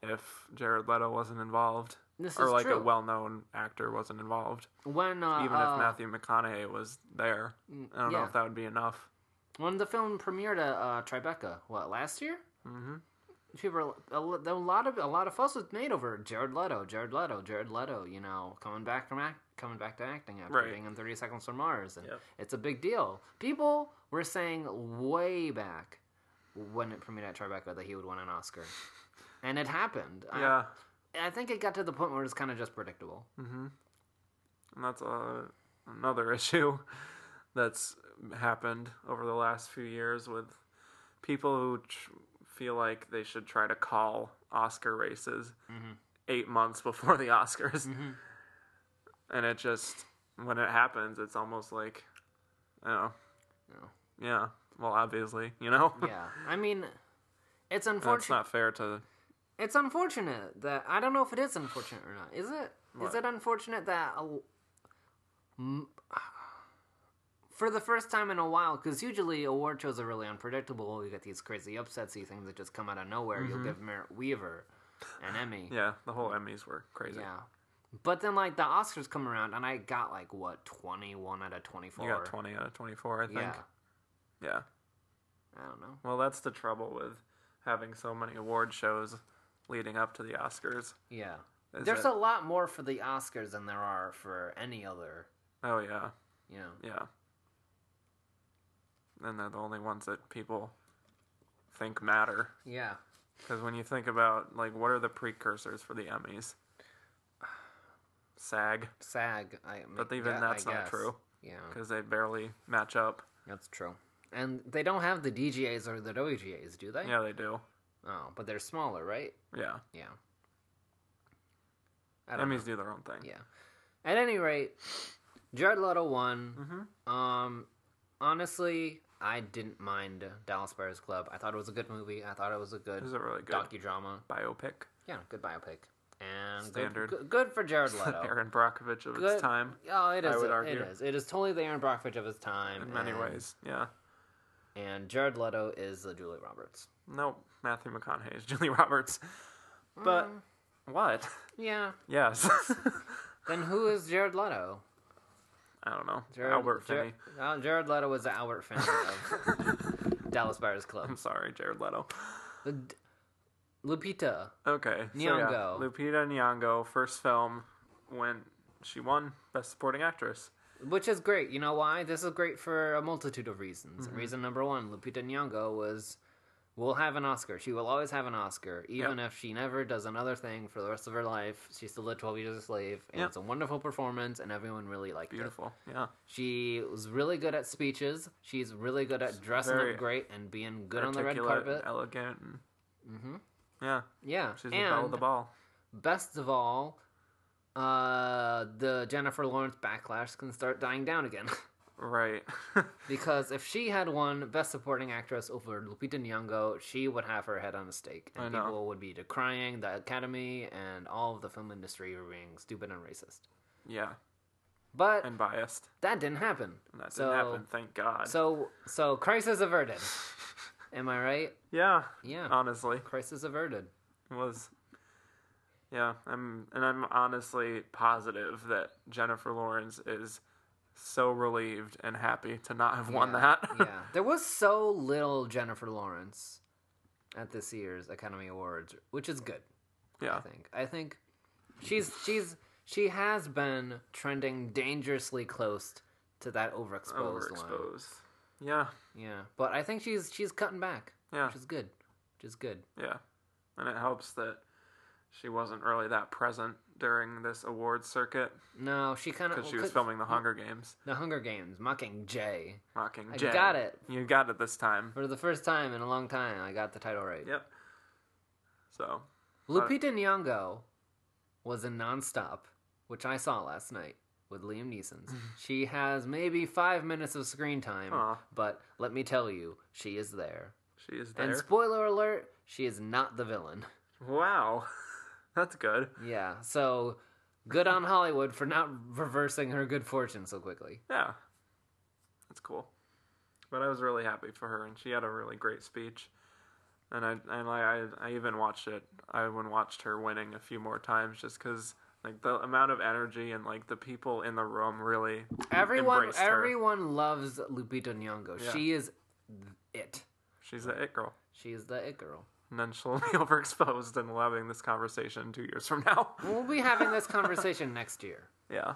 S2: if Jared Leto wasn't involved,
S1: This
S2: or
S1: is
S2: like
S1: true.
S2: a well-known actor wasn't involved.
S1: when uh,
S2: Even
S1: uh,
S2: if Matthew McConaughey was there, I don't know
S1: Mm, yeah.
S2: if that would be enough.
S1: when the film premiered at uh, Tribeca, what last year?
S2: Mhm.
S1: People, are, a, lo- a lot of a lot of fuss was made over Jared Leto, Jared Leto, Jared Leto. You know, coming back from act, coming back to acting after
S2: Right.
S1: being in Thirty Seconds from Mars, and
S2: Yep.
S1: it's a big deal. People were saying way back when it premiered at Tribeca that he would win an Oscar, and it happened.
S2: Yeah, Mm-hmm.
S1: I, I think it got to the point where it's kind of just predictable.
S2: and that's uh, another issue that's happened over the last few years with people who tr- feel like they should try to call Oscar races
S1: Mm-hmm.
S2: eight months before the Oscars, and it just when it happens, it's almost like, I don't know,
S1: No.
S2: yeah. Well, obviously, you know,
S1: Yeah, I mean, it's
S2: that's
S1: unfortunate.
S2: not fair to
S1: It's unfortunate that I don't know if it is unfortunate or not. Is it? Is
S2: What?
S1: it unfortunate that a, m- for the first time in a while? Because usually award shows are really unpredictable. You get these crazy upsetsy things that just come out of nowhere. You'll give Merritt Weaver an Emmy.
S2: Mm-hmm. yeah. The whole Emmys were crazy.
S1: Yeah. But then, like the Oscars come around, and I got like what twenty one out of twenty four.
S2: You got 20 out of 24, I think.
S1: Yeah,
S2: Yeah.
S1: I don't know.
S2: Well, that's the trouble with having so many award shows leading up to the Oscars.
S1: Yeah,
S2: is
S1: there's
S2: that-
S1: a lot more for the Oscars than there are for any other.
S2: Oh, yeah.
S1: You know.
S2: Yeah. And they're the only ones that people think matter.
S1: Yeah.
S2: Because when you think about, like, what are the precursors for the Emmys? SAG.
S1: SAG. I
S2: But even
S1: yeah, I
S2: that's not
S1: guess.
S2: true.
S1: Yeah,
S2: Because they barely match up.
S1: that's true. And they don't have the DGAs or the WGAs, do they?
S2: Yeah, they do.
S1: Oh, but they're smaller, right?
S2: Yeah.
S1: Yeah. I don't
S2: Emmys do their own thing.
S1: Yeah. At any rate, Jared Leto won.
S2: Mm-hmm.
S1: Um, honestly, I didn't mind Dallas Buyers Club. I thought it was a good movie. I thought it was a good
S2: It was a really good
S1: docudrama.
S2: biopic.
S1: Yeah, good biopic. And
S2: Standard.
S1: Good, good for Jared Leto.
S2: Aaron Brockovich of
S1: Good-
S2: its time.
S1: Oh, it
S2: I
S1: is.
S2: would
S1: It
S2: argue.
S1: is. It is totally the Aaron Brockovich of his time.
S2: in many
S1: and-
S2: ways. Yeah.
S1: and Jared Leto is the Julie Roberts.
S2: No, Matthew McConaughey is Julie Roberts. But what?
S1: Yeah.
S2: Yes.
S1: Then who is Jared Leto?
S2: I don't know.
S1: Jared,
S2: Albert
S1: Jar-
S2: Finney.
S1: Uh, Jared Leto was the Albert Finney of Dallas Buyers Club.
S2: I'm sorry, Jared Leto.
S1: The D- Lupita.
S2: Okay. so yeah,
S1: Nyong'o.
S2: Lupita Nyong'o, first film when she won Best Supporting Actress.
S1: Which is great. You know why? This is great for a multitude of reasons. Reason number one Lupita Nyongo was, will have an Oscar. She will always have an Oscar. Even if she never does another thing for the rest of her life, she still did 12 Years a Slave. And
S2: Yep.
S1: it's a wonderful performance, and everyone really liked it.
S2: Beautiful. Yeah.
S1: She was really good at speeches. She's really good at dressing
S2: very
S1: up great and being good on the red
S2: Articulate and
S1: carpet.
S2: elegant. And
S1: Mhm.
S2: Yeah,
S1: Yeah.
S2: she's the belle of
S1: and
S2: the ball.
S1: best of all, uh, the Jennifer Lawrence backlash can start dying down again.
S2: Right.
S1: because if she had won Best Supporting Actress over Lupita Nyong'o, she would have her head on a stake,
S2: I
S1: and
S2: know.
S1: people would be decrying the Academy and all of the film industry for being stupid and racist.
S2: yeah,
S1: But
S2: and biased.
S1: that didn't happen.
S2: That
S1: so,
S2: didn't happen. Thank God.
S1: So, so crisis averted. Am I right?
S2: yeah,
S1: Yeah.
S2: honestly,
S1: crisis averted.
S2: it was. Yeah, I'm, and I'm honestly positive that Jennifer Lawrence is so relieved and happy to not have won
S1: Yeah,
S2: that.
S1: yeah. There was so little Jennifer Lawrence at this year's Academy Awards, which is good, I
S2: yeah,
S1: think. I think she's she's she has been trending dangerously close to that overexposed, line.
S2: overexposed. Yeah,
S1: Yeah. But I think she's she's cutting back.
S2: Yeah.
S1: Which is good. Which is good.
S2: Yeah. And it helps that she wasn't really that present during this awards circuit
S1: No, she kind of
S2: because she was filming The Hunger Games.
S1: The Hunger Games, Mocking Jay.
S2: Mocking
S1: I
S2: Jay.
S1: got it.
S2: You got it this time.
S1: For the first time in a long time, I got the title right.
S2: Yep. So,
S1: Lupita Nyong'o was in Nonstop, which I saw last night with Liam Neeson. she has maybe five minutes of screen time,
S2: Aw.
S1: but let me tell you, she is there.
S2: she is there.
S1: And spoiler alert, she is not the villain.
S2: wow. That's good.
S1: Yeah, so good on Hollywood for not reversing her good fortune so quickly.
S2: Yeah. That's cool. But I was really happy for her, and she had a really great speech. And I and I, I, I even watched it. I even watched her winning a few more times just because like the amount of energy and like the people in the room really
S1: Everyone,
S2: embraced her.
S1: everyone loves Lupita Nyong'o.
S2: Yeah.
S1: She is it.
S2: She's the it girl.
S1: She is the it girl.
S2: And then she'll be overexposed and we'll having this conversation two years from now.
S1: We'll be having this conversation next year.
S2: Yeah.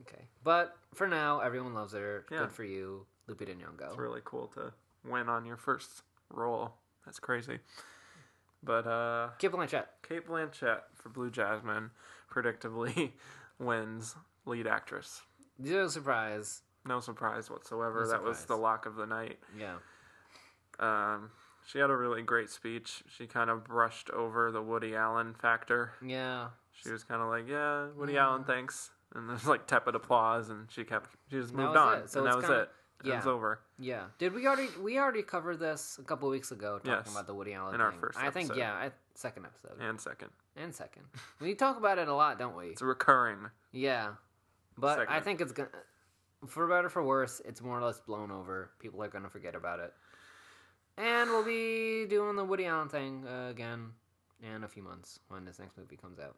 S1: Okay. But for now, everyone loves her.
S2: Yeah.
S1: Good for you, Lupita Nyong'o.
S2: It's really cool to win on your first roll. That's crazy. But uh
S1: Kate Blanchett.
S2: Kate Blanchett for Blue Jasmine predictably wins lead actress.
S1: Zero surprise.
S2: No surprise whatsoever.
S1: No
S2: that was the
S1: surprise.
S2: lock of the night.
S1: Yeah.
S2: Um she had a really great speech. She kind of brushed over the Woody Allen factor.
S1: Yeah.
S2: She was kind of like, "Yeah, Woody Allen, thanks," and there's like tepid applause, and she kept, she just moved
S1: was
S2: on,
S1: it. So
S2: and that
S1: it's
S2: was
S1: kinda-
S2: it. It was
S1: yeah.
S2: over.
S1: Yeah. Did we already we already covered this a couple weeks ago talking
S2: Yes.
S1: about the Woody Allen
S2: In
S1: thing?
S2: our first
S1: I think
S2: episode.
S1: yeah, I, second episode
S2: And second,
S1: and second. We talk about it a lot, don't we?
S2: it's a recurring.
S1: Yeah. But I
S2: Segment.
S1: think it's gonna for better or for worse, it's more or less blown over. People are gonna forget about it. And we'll be doing the Woody Allen thing uh, again in a few months when this next movie comes out.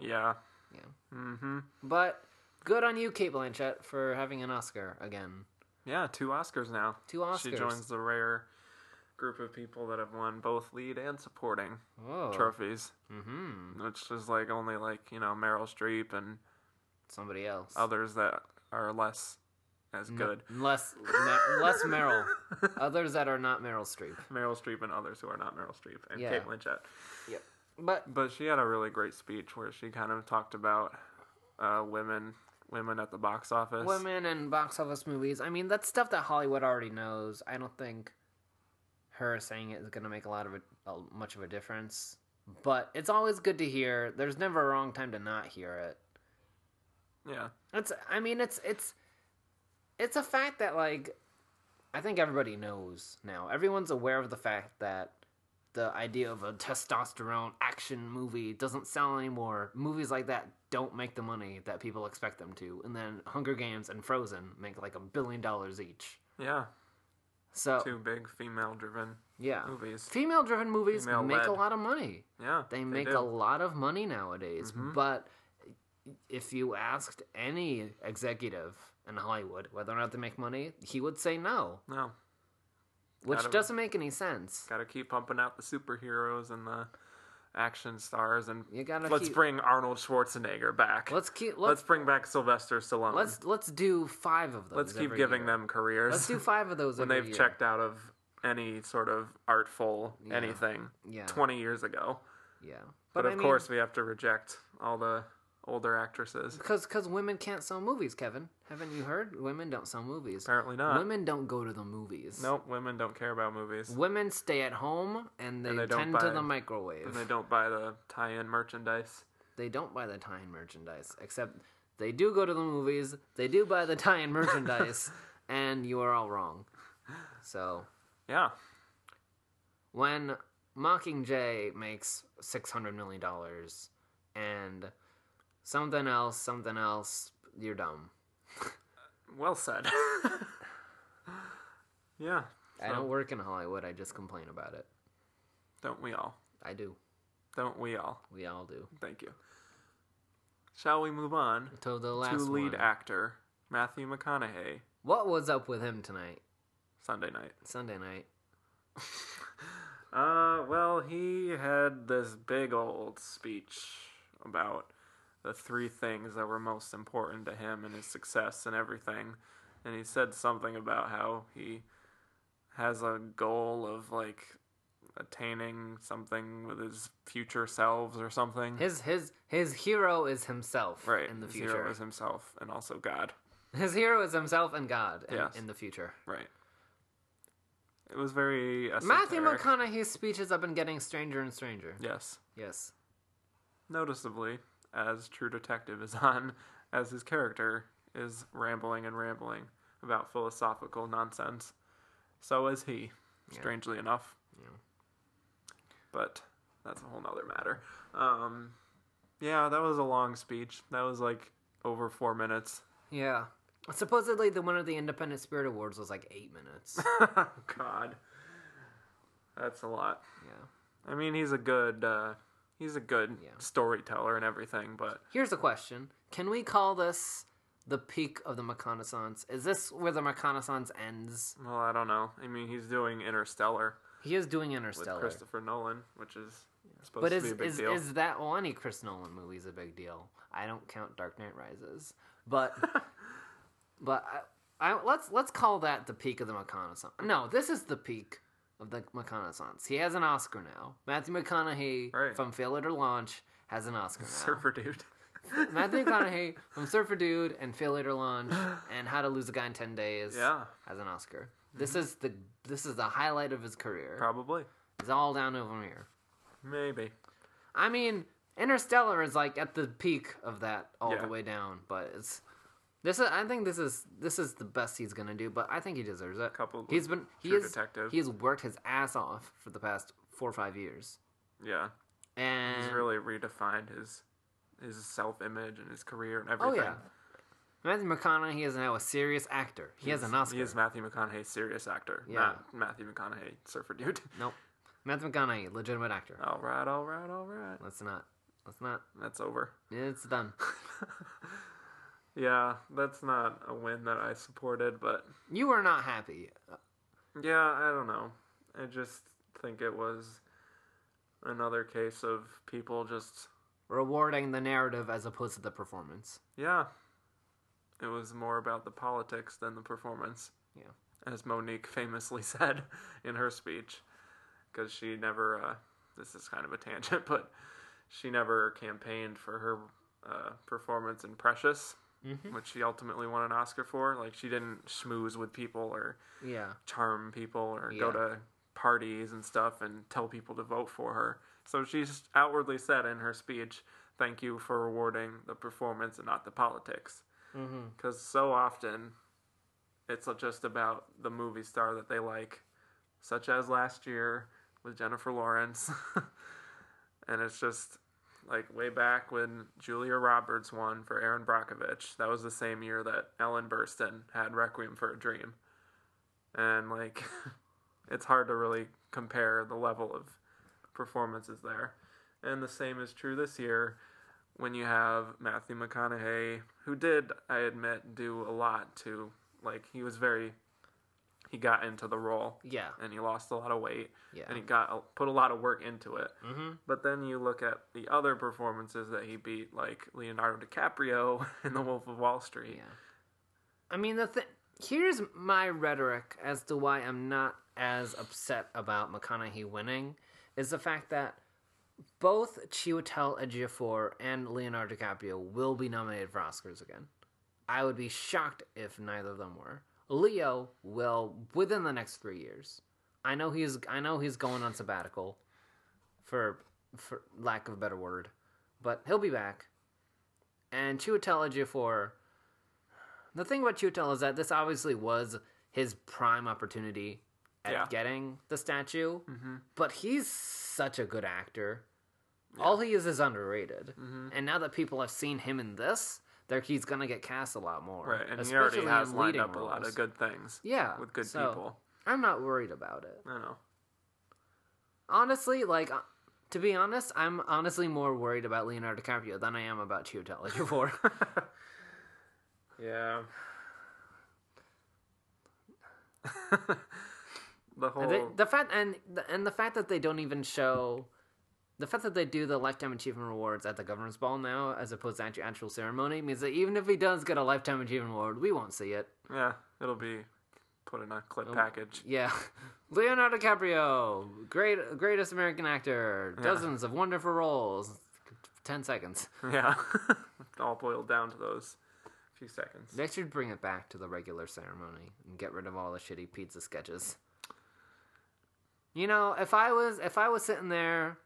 S2: Yeah.
S1: Yeah.
S2: Mm-hmm.
S1: But good on you, Kate Blanchett, for having an Oscar again.
S2: Yeah, two Oscars now.
S1: Two Oscars.
S2: She joins the rare group of people that have won both lead and supporting
S1: Whoa.
S2: trophies,
S1: Mm-hmm.
S2: which is like only like you know Meryl Streep and
S1: Somebody else.
S2: others that are less as
S1: N-
S2: Oh, good.
S1: less, me- less Meryl. Others that are not Meryl Streep.
S2: Meryl Streep and others who are not Meryl Streep and
S1: Yeah.
S2: Kate Winslet.
S1: But
S2: But she had a really great speech where she kind of talked about uh, women, women at the box office.
S1: women and box office movies. I mean, that's stuff that Hollywood already knows. I don't think her saying it is going to make a lot of a, a, much of a difference. But it's always good to hear. There's never a wrong time to not hear it.
S2: Yeah,
S1: It's. I mean, it's it's it's a fact that like I think everybody knows now. Everyone's aware of the fact that the idea of a testosterone action movie doesn't sell anymore. Movies like that don't make the money that people expect them to. And then Hunger Games and Frozen make like a billion dollars each.
S2: yeah.
S1: So
S2: Two big female-driven
S1: yeah,
S2: movies.
S1: female-driven movies
S2: Female-led.
S1: make a lot of money.
S2: Yeah,
S1: They make
S2: do. Mm-hmm.
S1: a lot of money nowadays, but if you asked any executive in Hollywood whether or not they make money, he would say no,
S2: no.
S1: which
S2: Gotta-
S1: doesn't make any sense.
S2: Got to keep pumping out the superheroes and the action stars, and
S1: You gotta
S2: let's
S1: keep-
S2: bring Arnold Schwarzenegger back.
S1: Let's keep
S2: Let's
S1: let's
S2: bring back Sylvester Stallone.
S1: let's let's do five of those.
S2: Let's keep
S1: every
S2: giving
S1: year.
S2: them careers
S1: Let's do five of those.
S2: when
S1: every
S2: they've
S1: year.
S2: checked out of any sort of artful anything
S1: Yeah.
S2: twenty years ago.
S1: Yeah,
S2: But,
S1: I
S2: of
S1: mean,
S2: course, we have to reject all the older actresses.
S1: Because cause women can't sell movies, Kevin. Haven't you heard? Women don't sell movies.
S2: Apparently not.
S1: Women don't go to the movies.
S2: nope, women don't care about movies.
S1: Women stay at home and they,
S2: they don't
S1: tend
S2: buy-
S1: to the microwave.
S2: And they don't buy the tie-in merchandise.
S1: They don't buy the tie-in merchandise, except they do go to the movies. They do buy the tie-in merchandise, and you are all wrong. So
S2: Yeah,
S1: when Mockingjay makes six hundred million dollars, and something else, something else, you're dumb.
S2: well said. yeah,
S1: I don't work in Hollywood. I just complain about it.
S2: don't we all?
S1: I do.
S2: Don't we all?
S1: We all do.
S2: Thank you. Shall we move on
S1: To the
S2: to
S1: last
S2: lead
S1: one.
S2: actor Matthew McConaughey
S1: What was up with him tonight?
S2: Sunday night?
S1: Sunday night.
S2: Uh, well, he had this big old speech about the three things that were most important to him and his success and everything. And he said something about how he has a goal of like attaining something with his future selves or something.
S1: His his his hero is himself
S2: right.
S1: in the
S2: his
S1: future.
S2: hero is himself and also God.
S1: His hero is himself and God in,
S2: Yes.
S1: in the future.
S2: Right. It was very
S1: Matthew
S2: esoteric.
S1: McConaughey's speeches have been getting stranger and stranger.
S2: Yes.
S1: Yes.
S2: noticeably as True Detective is on, as his character is rambling and rambling about philosophical nonsense. So is he, strangely enough. But that's a whole nother matter. Um, yeah, that was a long speech. That was like over four minutes.
S1: Yeah. Supposedly the winner of the Independent Spirit Awards was like eight minutes.
S2: Oh, God, that's a lot.
S1: yeah.
S2: I mean, he's a good, uh, he's a good
S1: Yeah.
S2: storyteller and everything, but
S1: Here's a question: Can we call this the peak of the reconnaissance? Is this where the reconnaissance ends?
S2: well, I don't know. I mean, he's doing Interstellar.
S1: He is doing
S2: with
S1: Interstellar,
S2: Christopher Nolan, which is supposed
S1: but
S2: to
S1: is
S2: be a big
S1: is,
S2: deal.
S1: is that well, any Chris Nolan movie is a big deal? I don't count Dark Knight Rises, but but I, I, let's let's call that the peak of the reconnaissance. No, this is the peak of the reconnaissance. He has an Oscar now. Matthew McConaughey
S2: Right.
S1: from Failure to Launch has an Oscar now.
S2: Surfer dude.
S1: Matthew McConaughey from Surfer Dude and Fail Later Launch and How to Lose a Guy in Ten Days
S2: Yeah. Mm-hmm.
S1: has an Oscar. This is the this is the highlight of his career.
S2: Probably.
S1: It's all down over here.
S2: Maybe.
S1: I mean, Interstellar is like at the peak of that all
S2: Yeah.
S1: the way down, but it's this is I think this is this is the best he's gonna do, but I think he deserves it.
S2: Coupled
S1: he's
S2: with
S1: been he
S2: True
S1: is
S2: Detective.
S1: he has worked his ass off for the past four or five years.
S2: Yeah.
S1: And
S2: He's really redefined his his self image and his career and
S1: Oh
S2: everything.
S1: yeah. Matthew McConaughey is now a serious actor. He has an Oscar.
S2: He is Matthew McConaughey's serious actor,
S1: Yeah.
S2: not Matthew McConaughey surfer dude.
S1: Nope. Matthew McConaughey, legitimate actor.
S2: All right, all right, all right.
S1: Let's not. Let's not.
S2: That's over.
S1: It's done.
S2: Yeah, that's not a win that I supported, but
S1: You were not happy.
S2: Yeah, I don't know. I just think it was another case of people just
S1: Rewarding the narrative as opposed to the performance.
S2: yeah. It was more about the politics than the performance,
S1: Yeah.
S2: as Monique famously said in her speech, because she never. Uh, this is kind of a tangent, but she never campaigned for her uh, performance in Precious, which she ultimately won an Oscar for. Like she didn't schmooze with people or
S1: Yeah.
S2: charm people or go
S1: Yeah.
S2: to parties and stuff and tell people to vote for her. So she's outwardly said in her speech, "Thank you for rewarding the performance and not the politics,"
S1: Mm-hmm.
S2: because so often it's just about the movie star that they like, such as last year with Jennifer Lawrence, and it's just. Like way back when Julia Roberts won for Aaron Brockovich, that was the same year that Ellen Burstyn had Requiem for a Dream and like it's hard to really compare the level of performances there. And the same is true this year when you have Matthew McConaughey, who did, I admit, do a lot to like he was very he got into the role
S1: Yeah.
S2: and he lost a lot of weight
S1: Yeah.
S2: and he got put a lot of work into it.
S1: Mm-hmm.
S2: But then you look at the other performances that he beat, like Leonardo DiCaprio in The Wolf of Wall Street.
S1: Yeah. I mean, the thing. Here's my rhetoric as to why I'm not as upset about McConaughey winning is the fact that both Chiwetel Ejiofor and Leonardo DiCaprio will be nominated for Oscars again. I would be shocked if neither of them were. Leo will within the next three years. I know he's I know he's going on sabbatical, for for lack of a better word, but he'll be back. And Chiwetel Ejiofor. The thing about Chiwetel is that this obviously was his prime opportunity at
S2: Yeah.
S1: getting the statue, but he's such a good actor. All he is is underrated,
S2: Mm-hmm.
S1: and now that people have seen him in this, they're, he's gonna get cast a lot more.
S2: Right, and he
S1: especially
S2: already
S1: in
S2: has lined
S1: leading
S2: up a lot
S1: roles.
S2: of good things
S1: yeah
S2: with good
S1: so
S2: people.
S1: I'm not worried about it.
S2: I know.
S1: Honestly, like uh, to be honest, I'm honestly more worried about Leonardo DiCaprio than I am about Chiwetel Ejiofor.
S2: Yeah. the whole.
S1: And they- the fact and the, and the fact that they don't even show the fact that they do the lifetime achievement awards at the governor's ball now as opposed to actual, actual ceremony means that even if he does get a lifetime achievement award we won't see it
S2: yeah, it'll be put in a clip package.
S1: yeah leonardo dicaprio great greatest american actor dozens of wonderful roles 10 seconds
S2: Yeah. All boiled down to those few seconds.
S1: they should bring it back to the regular ceremony and get rid of all the shitty pizza sketches you know if i was if i was sitting there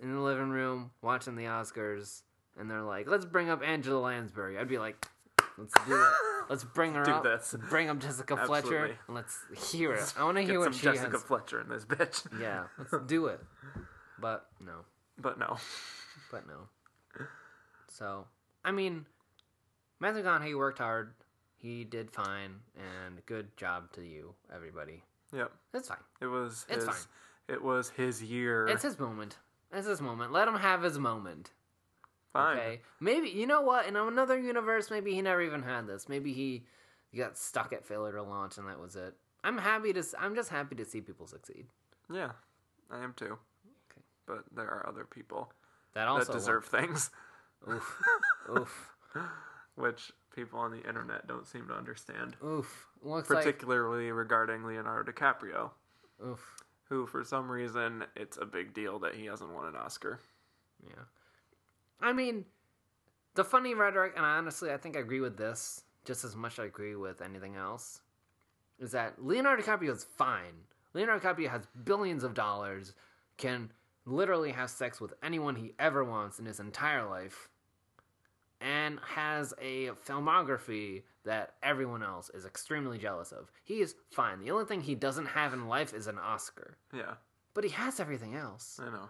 S1: in the living room watching the oscars and they're like let's bring up angela lansbury i'd be like let's do it let's bring her
S2: Do
S1: up
S2: this.
S1: bring up jessica fletcher
S2: Absolutely.
S1: and let's hear it i want to
S2: Get
S1: hear
S2: some
S1: what she
S2: Jessica
S1: has
S2: Fletcher in this bitch.
S1: yeah let's do it but no
S2: But no.
S1: but no. So, I mean, Matthew McConaughey worked hard. He did fine, and good job to you, everybody.
S2: Yep.
S1: It's fine.
S2: It was his.
S1: It's
S2: It was his year.
S1: It's his moment. It's his moment. Let him have his moment.
S2: Fine.
S1: Okay. Maybe you know what? In another universe, maybe he never even had this. Maybe he got stuck at failure to launch, and that was it. I'm happy to. s- I'm just happy to see people succeed.
S2: Yeah, I am too.
S1: Okay.
S2: But there are other people
S1: That
S2: that
S1: also
S2: deserve things,
S1: Oof. Oof.
S2: which people on the internet don't seem to understand,
S1: Oof. Looks like
S2: particularly regarding Leonardo DiCaprio,
S1: oof.
S2: who for some reason it's a big deal that he hasn't won an Oscar.
S1: Yeah. I mean, the funny rhetoric, and I honestly, I think I agree with this just as much as I agree with anything else, is that Leonardo DiCaprio is fine. Leonardo DiCaprio has billions of dollars, can literally have sex with anyone he ever wants in his entire life, and has a filmography that everyone else is extremely jealous of. He is fine. The only thing he doesn't have in life is an Oscar,
S2: Yeah,
S1: but he has everything else.
S2: I know.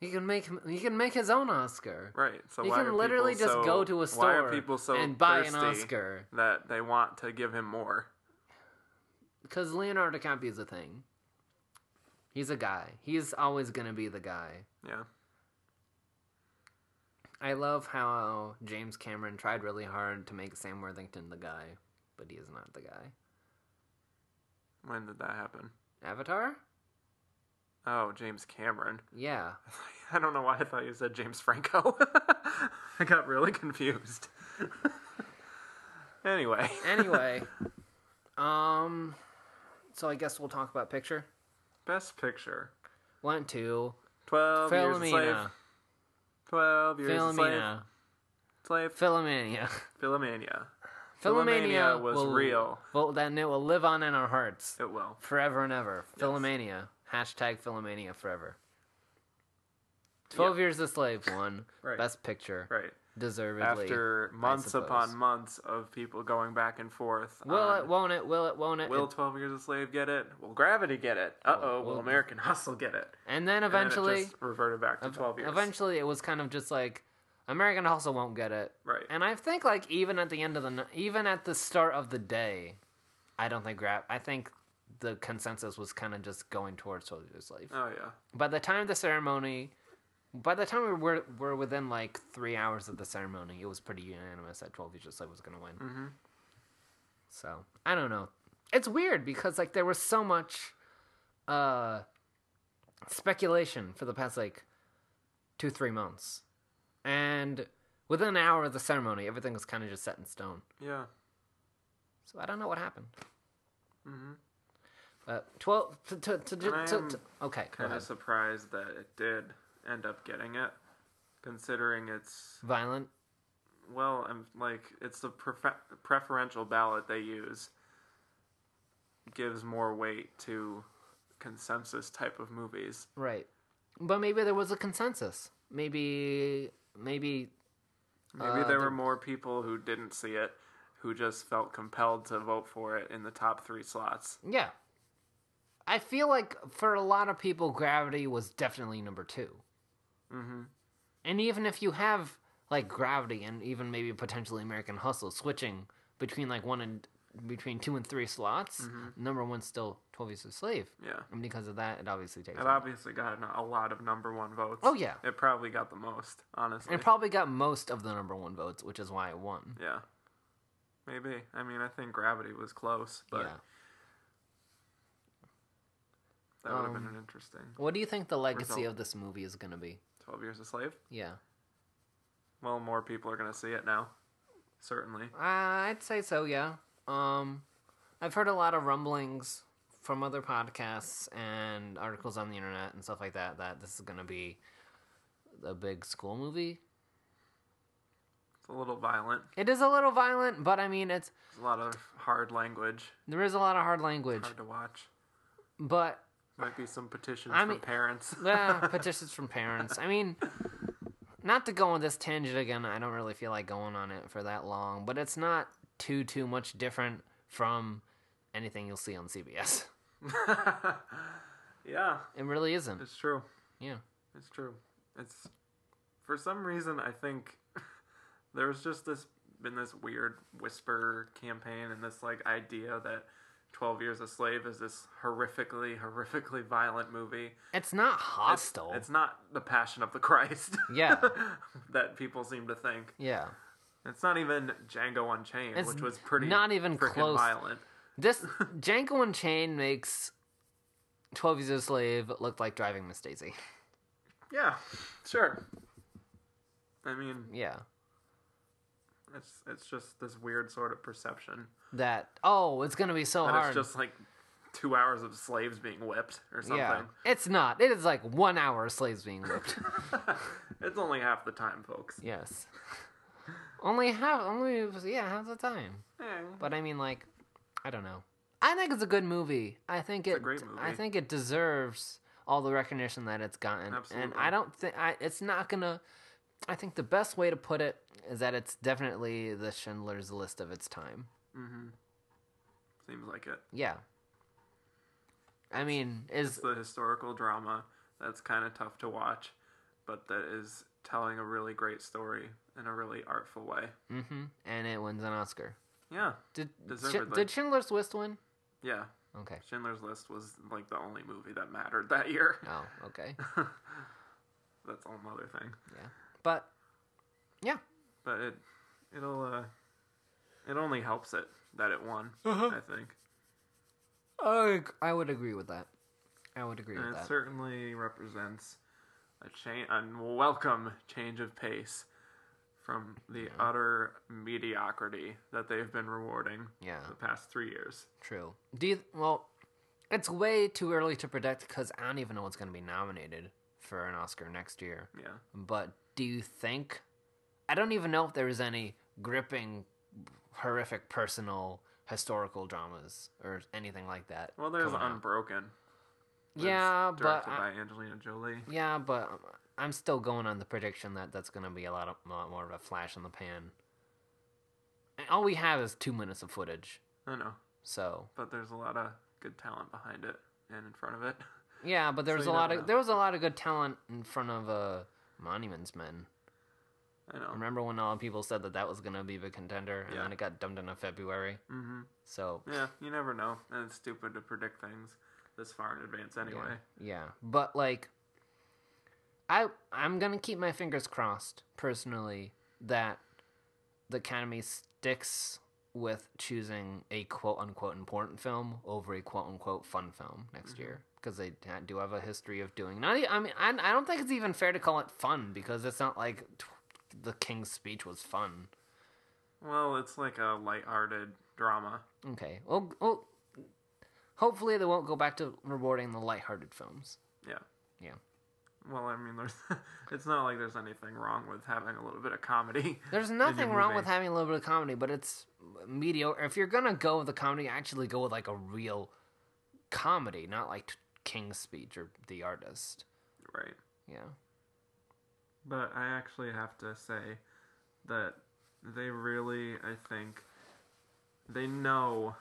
S1: He can make him- he can make his own Oscar.
S2: Right. So
S1: He
S2: why
S1: can
S2: are
S1: literally
S2: people
S1: just
S2: so-
S1: go to a
S2: why are
S1: store
S2: people so
S1: and buy an
S2: thirsty
S1: Oscar
S2: that they want to give him more?
S1: because Leonardo DiCaprio is a thing. He's a guy. He's always gonna be the guy.
S2: Yeah.
S1: I love how James Cameron tried really hard to make Sam Worthington the guy, but he is not the guy.
S2: When did that happen?
S1: Avatar?
S2: Oh, James Cameron.
S1: Yeah.
S2: I don't know why I thought you said James Franco. I got really confused. anyway.
S1: Anyway, um, so I guess we'll talk about picture.
S2: Best picture.
S1: Went to
S2: 12 years a slave.
S1: Philomena.
S2: 12 years a
S1: Philomena.
S2: slave. Slave.
S1: Philomena.
S2: Philomania.
S1: Philomania
S2: Philomania was
S1: will-
S2: real.
S1: Well, then it will live on in our hearts
S2: It will.
S1: forever and ever. Philomania. Hashtag Philomania forever. 12 Years a Slave won.
S2: Right.
S1: Best picture.
S2: Right.
S1: Deservedly.
S2: After months
S1: suppose.
S2: upon months of people going back and forth.
S1: Will
S2: on,
S1: it, won't it, will it, won't it?
S2: um, will
S1: it-
S2: 12 Years a Slave get it? Will Gravity get it? Uh oh.
S1: will-
S2: Will American Hustle get it?
S1: and then
S2: And then it
S1: eventually,
S2: just reverted back to 12 years.
S1: eventually it was kind of just like, American Hustle won't get it.
S2: Right.
S1: And I think like even at the end of the, n- even at the start of the day, I don't think, gra- I think the consensus was kind of just going towards 12 Years a Slave.
S2: Oh, yeah.
S1: by the time of the ceremony by the time we were, were within like three hours of the ceremony it was pretty unanimous that 12 years slave was going to win so i don't know it's weird because like there was so much uh speculation for the past like two three months and within an hour of the ceremony everything was kind of just set in stone
S2: Yeah.
S1: so i don't know what happened Uh, twelve. To, to, to, to,
S2: I
S1: to,
S2: am
S1: to, okay, go
S2: Kind
S1: ahead.
S2: of surprised that it did end up getting it, considering it's
S1: Violent.
S2: well, I'm like it's the prefer- preferential ballot they use gives more weight to consensus type of movies.
S1: Right. But maybe there was a consensus. Maybe maybe
S2: Maybe
S1: Uh,
S2: there
S1: the-
S2: were more people who didn't see it who just felt compelled to vote for it in the top 3 slots.
S1: yeah. I feel like for a lot of people gravity was definitely number 2.
S2: Mhm.
S1: And even if you have like gravity and even maybe potentially American Hustle switching between like one and between two and three slots, number one's still 12 Years a Slave.
S2: Yeah.
S1: And because of that, it obviously takes.
S2: It
S1: over.
S2: obviously got a lot of number 1 votes.
S1: Oh, yeah.
S2: It probably got the most, honestly.
S1: It probably got most of the number one votes, which is why it won.
S2: yeah. Maybe. I mean, I think Gravity was close, but
S1: yeah.
S2: that would have been
S1: Um,
S2: an interesting
S1: What do you think the legacy
S2: Result.
S1: of this movie is going to be?
S2: 12 Years a Slave.
S1: Yeah.
S2: Well, more people are going to see it now. Certainly.
S1: Uh, I'd say so, yeah. Um, I've heard a lot of rumblings from other podcasts and articles on the internet and stuff like that that this is going to be a big school movie.
S2: It's a little violent.
S1: It is a little violent, but I mean, it's
S2: There's a lot of hard language.
S1: there is a lot of hard language,
S2: Hard to watch.
S1: but
S2: Might be some petitions
S1: I
S2: from
S1: mean-
S2: parents.
S1: yeah, petitions from parents. I mean, not to go on this tangent again. I don't really feel like going on it for that long, but it's not too too much different from anything you'll see on CBS.
S2: yeah,
S1: It really isn't.
S2: it's true.
S1: Yeah.
S2: It's true. It's for some reason I think there's just this been this weird whisper campaign and this like idea that 12 Years a Slave is this horrifically horrifically violent movie.
S1: It's not
S2: It's-
S1: hostile.
S2: It's, not the Passion of the Christ.
S1: Yeah.
S2: that people seem to think.
S1: yeah.
S2: It's not even Django Unchained,
S1: It's
S2: which was pretty
S1: not even
S2: frickin'
S1: close.
S2: violent.
S1: This Django Unchained makes Twelve Years a Slave look like Driving Miss Daisy.
S2: Yeah. Sure. I mean,
S1: Yeah.
S2: it's it's just this weird sort of perception.
S1: That oh, it's gonna be so
S2: That
S1: hard.
S2: it's just like two hours of slaves being whipped or something.
S1: yeah. It's not. It is like one hour of slaves being whipped.
S2: it's only half the time, folks.
S1: yes. Only half. Only yeah, half the time.
S2: Eh,
S1: But I mean, like, I don't know. I think it's a good movie. I think it.
S2: great movie.
S1: I think it deserves all the recognition that it's gotten. And
S2: Absolutely.
S1: I don't think I. It's not gonna. I think the best way to put it is that it's definitely the Schindler's List of its time.
S2: Seems like it.
S1: Yeah. I mean, is
S2: It's the historical drama that's kind of tough to watch, but that is telling a really great story in a really artful way.
S1: hmm and it wins an Oscar.
S2: Yeah,
S1: Did Sch-
S2: Deservedly.
S1: did Schindler's List win?
S2: yeah.
S1: Okay.
S2: Schindler's List was like the only movie that mattered that year.
S1: Oh, okay.
S2: That's a whole other thing.
S1: But yeah,
S2: But it, it'll, uh, it only helps it that it won.
S1: Uh-huh.
S2: I think.
S1: I I would agree with that. I would agree
S2: And
S1: with
S2: it
S1: that.
S2: certainly represents a change, unwelcome change of pace from the utter mediocrity that they've been rewarding
S1: yeah.
S2: the past three years.
S1: True. Do you, well, it's way too early to predict because I don't even know what's going to be nominated for an Oscar next year.
S2: Yeah,
S1: But do you think? I don't even know if there is any gripping, horrific personal historical dramas or anything like that.
S2: well, there's
S1: coming out.
S2: Unbroken. that's
S1: yeah, but
S2: directed
S1: I-
S2: by Angelina Jolie.
S1: yeah, but I'm- I'm still going on the prediction that that's going to be a lot, of, lot more of a flash in the pan. And all we have is two minutes of footage,
S2: I know,
S1: so
S2: but there's a lot of good talent behind it and in front of it.
S1: Yeah, but there
S2: So
S1: was
S2: you
S1: a lot of
S2: never know.
S1: there was a lot of good talent in front of uh, Monuments Men.
S2: I know.
S1: Remember when all people said that that was gonna be the contender, and
S2: Oh. Yeah.
S1: then it got dumped into February.
S2: hmm
S1: So
S2: Yeah, you never know, and it's stupid to predict things this far in advance anyway.
S1: yeah, but like, I I'm gonna keep my fingers crossed personally that the Academy sticks with choosing a quote unquote important film over a quote unquote fun film next year. 'Cause year because they do have a history of doing not. e- I mean, I, I don't think it's even fair to call it fun because it's not like t- the King's Speech was fun.
S2: Well, it's like a light-hearted drama.
S1: Okay, well, well Hopefully, they won't go back to rewarding the lighthearted films.
S2: Yeah.
S1: Yeah.
S2: Well, I mean, there's. it's not like there's anything wrong with having a little bit of comedy.
S1: There's nothing wrong
S2: movie.
S1: with having a little bit of comedy, but it's mediocre. If you're gonna go with the comedy, actually go with like a real comedy, not like King's Speech or The Artist.
S2: Right.
S1: Yeah.
S2: But I actually have to say that they really, I think, they know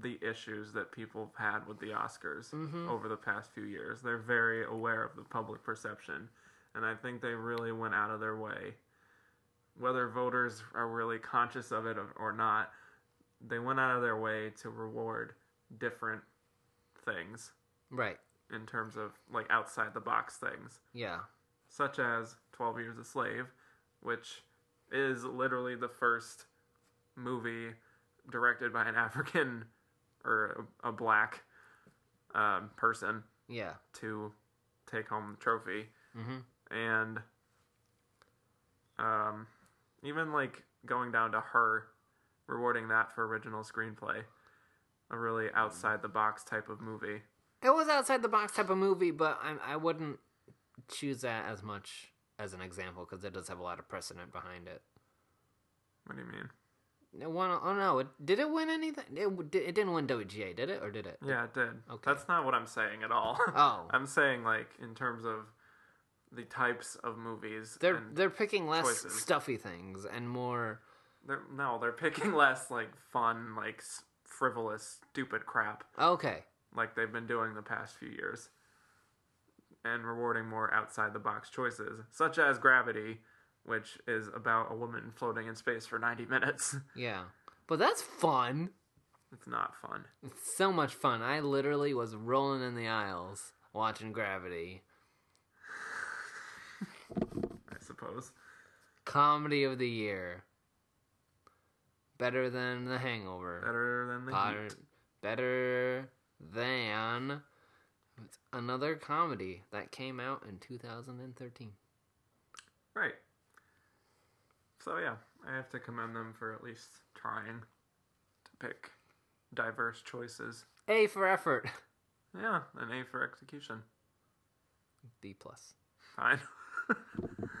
S2: the issues that people have had with the Oscars over the past few years. They're very aware of the public perception. And I think they really went out of their way, whether voters are really conscious of it or- or not, they went out of their way to reward different things
S1: Right.
S2: in terms of like outside the box things
S1: Yeah.
S2: such as 12 Years a Slave, which is literally the first movie directed by an African or a, a black um, person
S1: Yeah.
S2: to take home the trophy.
S1: Mhm.
S2: And um, even like going down to her, rewarding that for original screenplay, a really
S1: Mm.
S2: outside the box type of movie.
S1: It was outside the box type of movie, but I, I wouldn't choose that as much as an example because it does have a lot of precedent behind it.
S2: What do you mean?
S1: It won, oh no! It, did it win anything? It, w- di- it didn't win WGA, did it? Or did it?
S2: Yeah, it did.
S1: Okay.
S2: That's not what I'm saying at all.
S1: Oh,
S2: I'm saying like in terms of the types of movies.
S1: they're
S2: and
S1: they're picking less
S2: choices.
S1: stuffy things and more.
S2: they're no, they're picking less like fun, like s- frivolous, stupid crap
S1: Okay,
S2: like they've been doing the past few years, and rewarding more outside the box choices, such as Gravity, which is about a woman floating in space for 90 minutes.
S1: yeah, but that's fun.
S2: it's not fun.
S1: It's so much fun. I literally was rolling in the aisles watching Gravity.
S2: I suppose.
S1: Comedy of the year. Better than The Hangover.
S2: Better than the
S1: Better,
S2: Heat.
S1: better than it's another comedy that came out in 2013.
S2: Right. So yeah, I have to commend them for at least trying to pick diverse choices.
S1: A for effort.
S2: Yeah, an A for execution.
S1: B plus.
S2: Fine.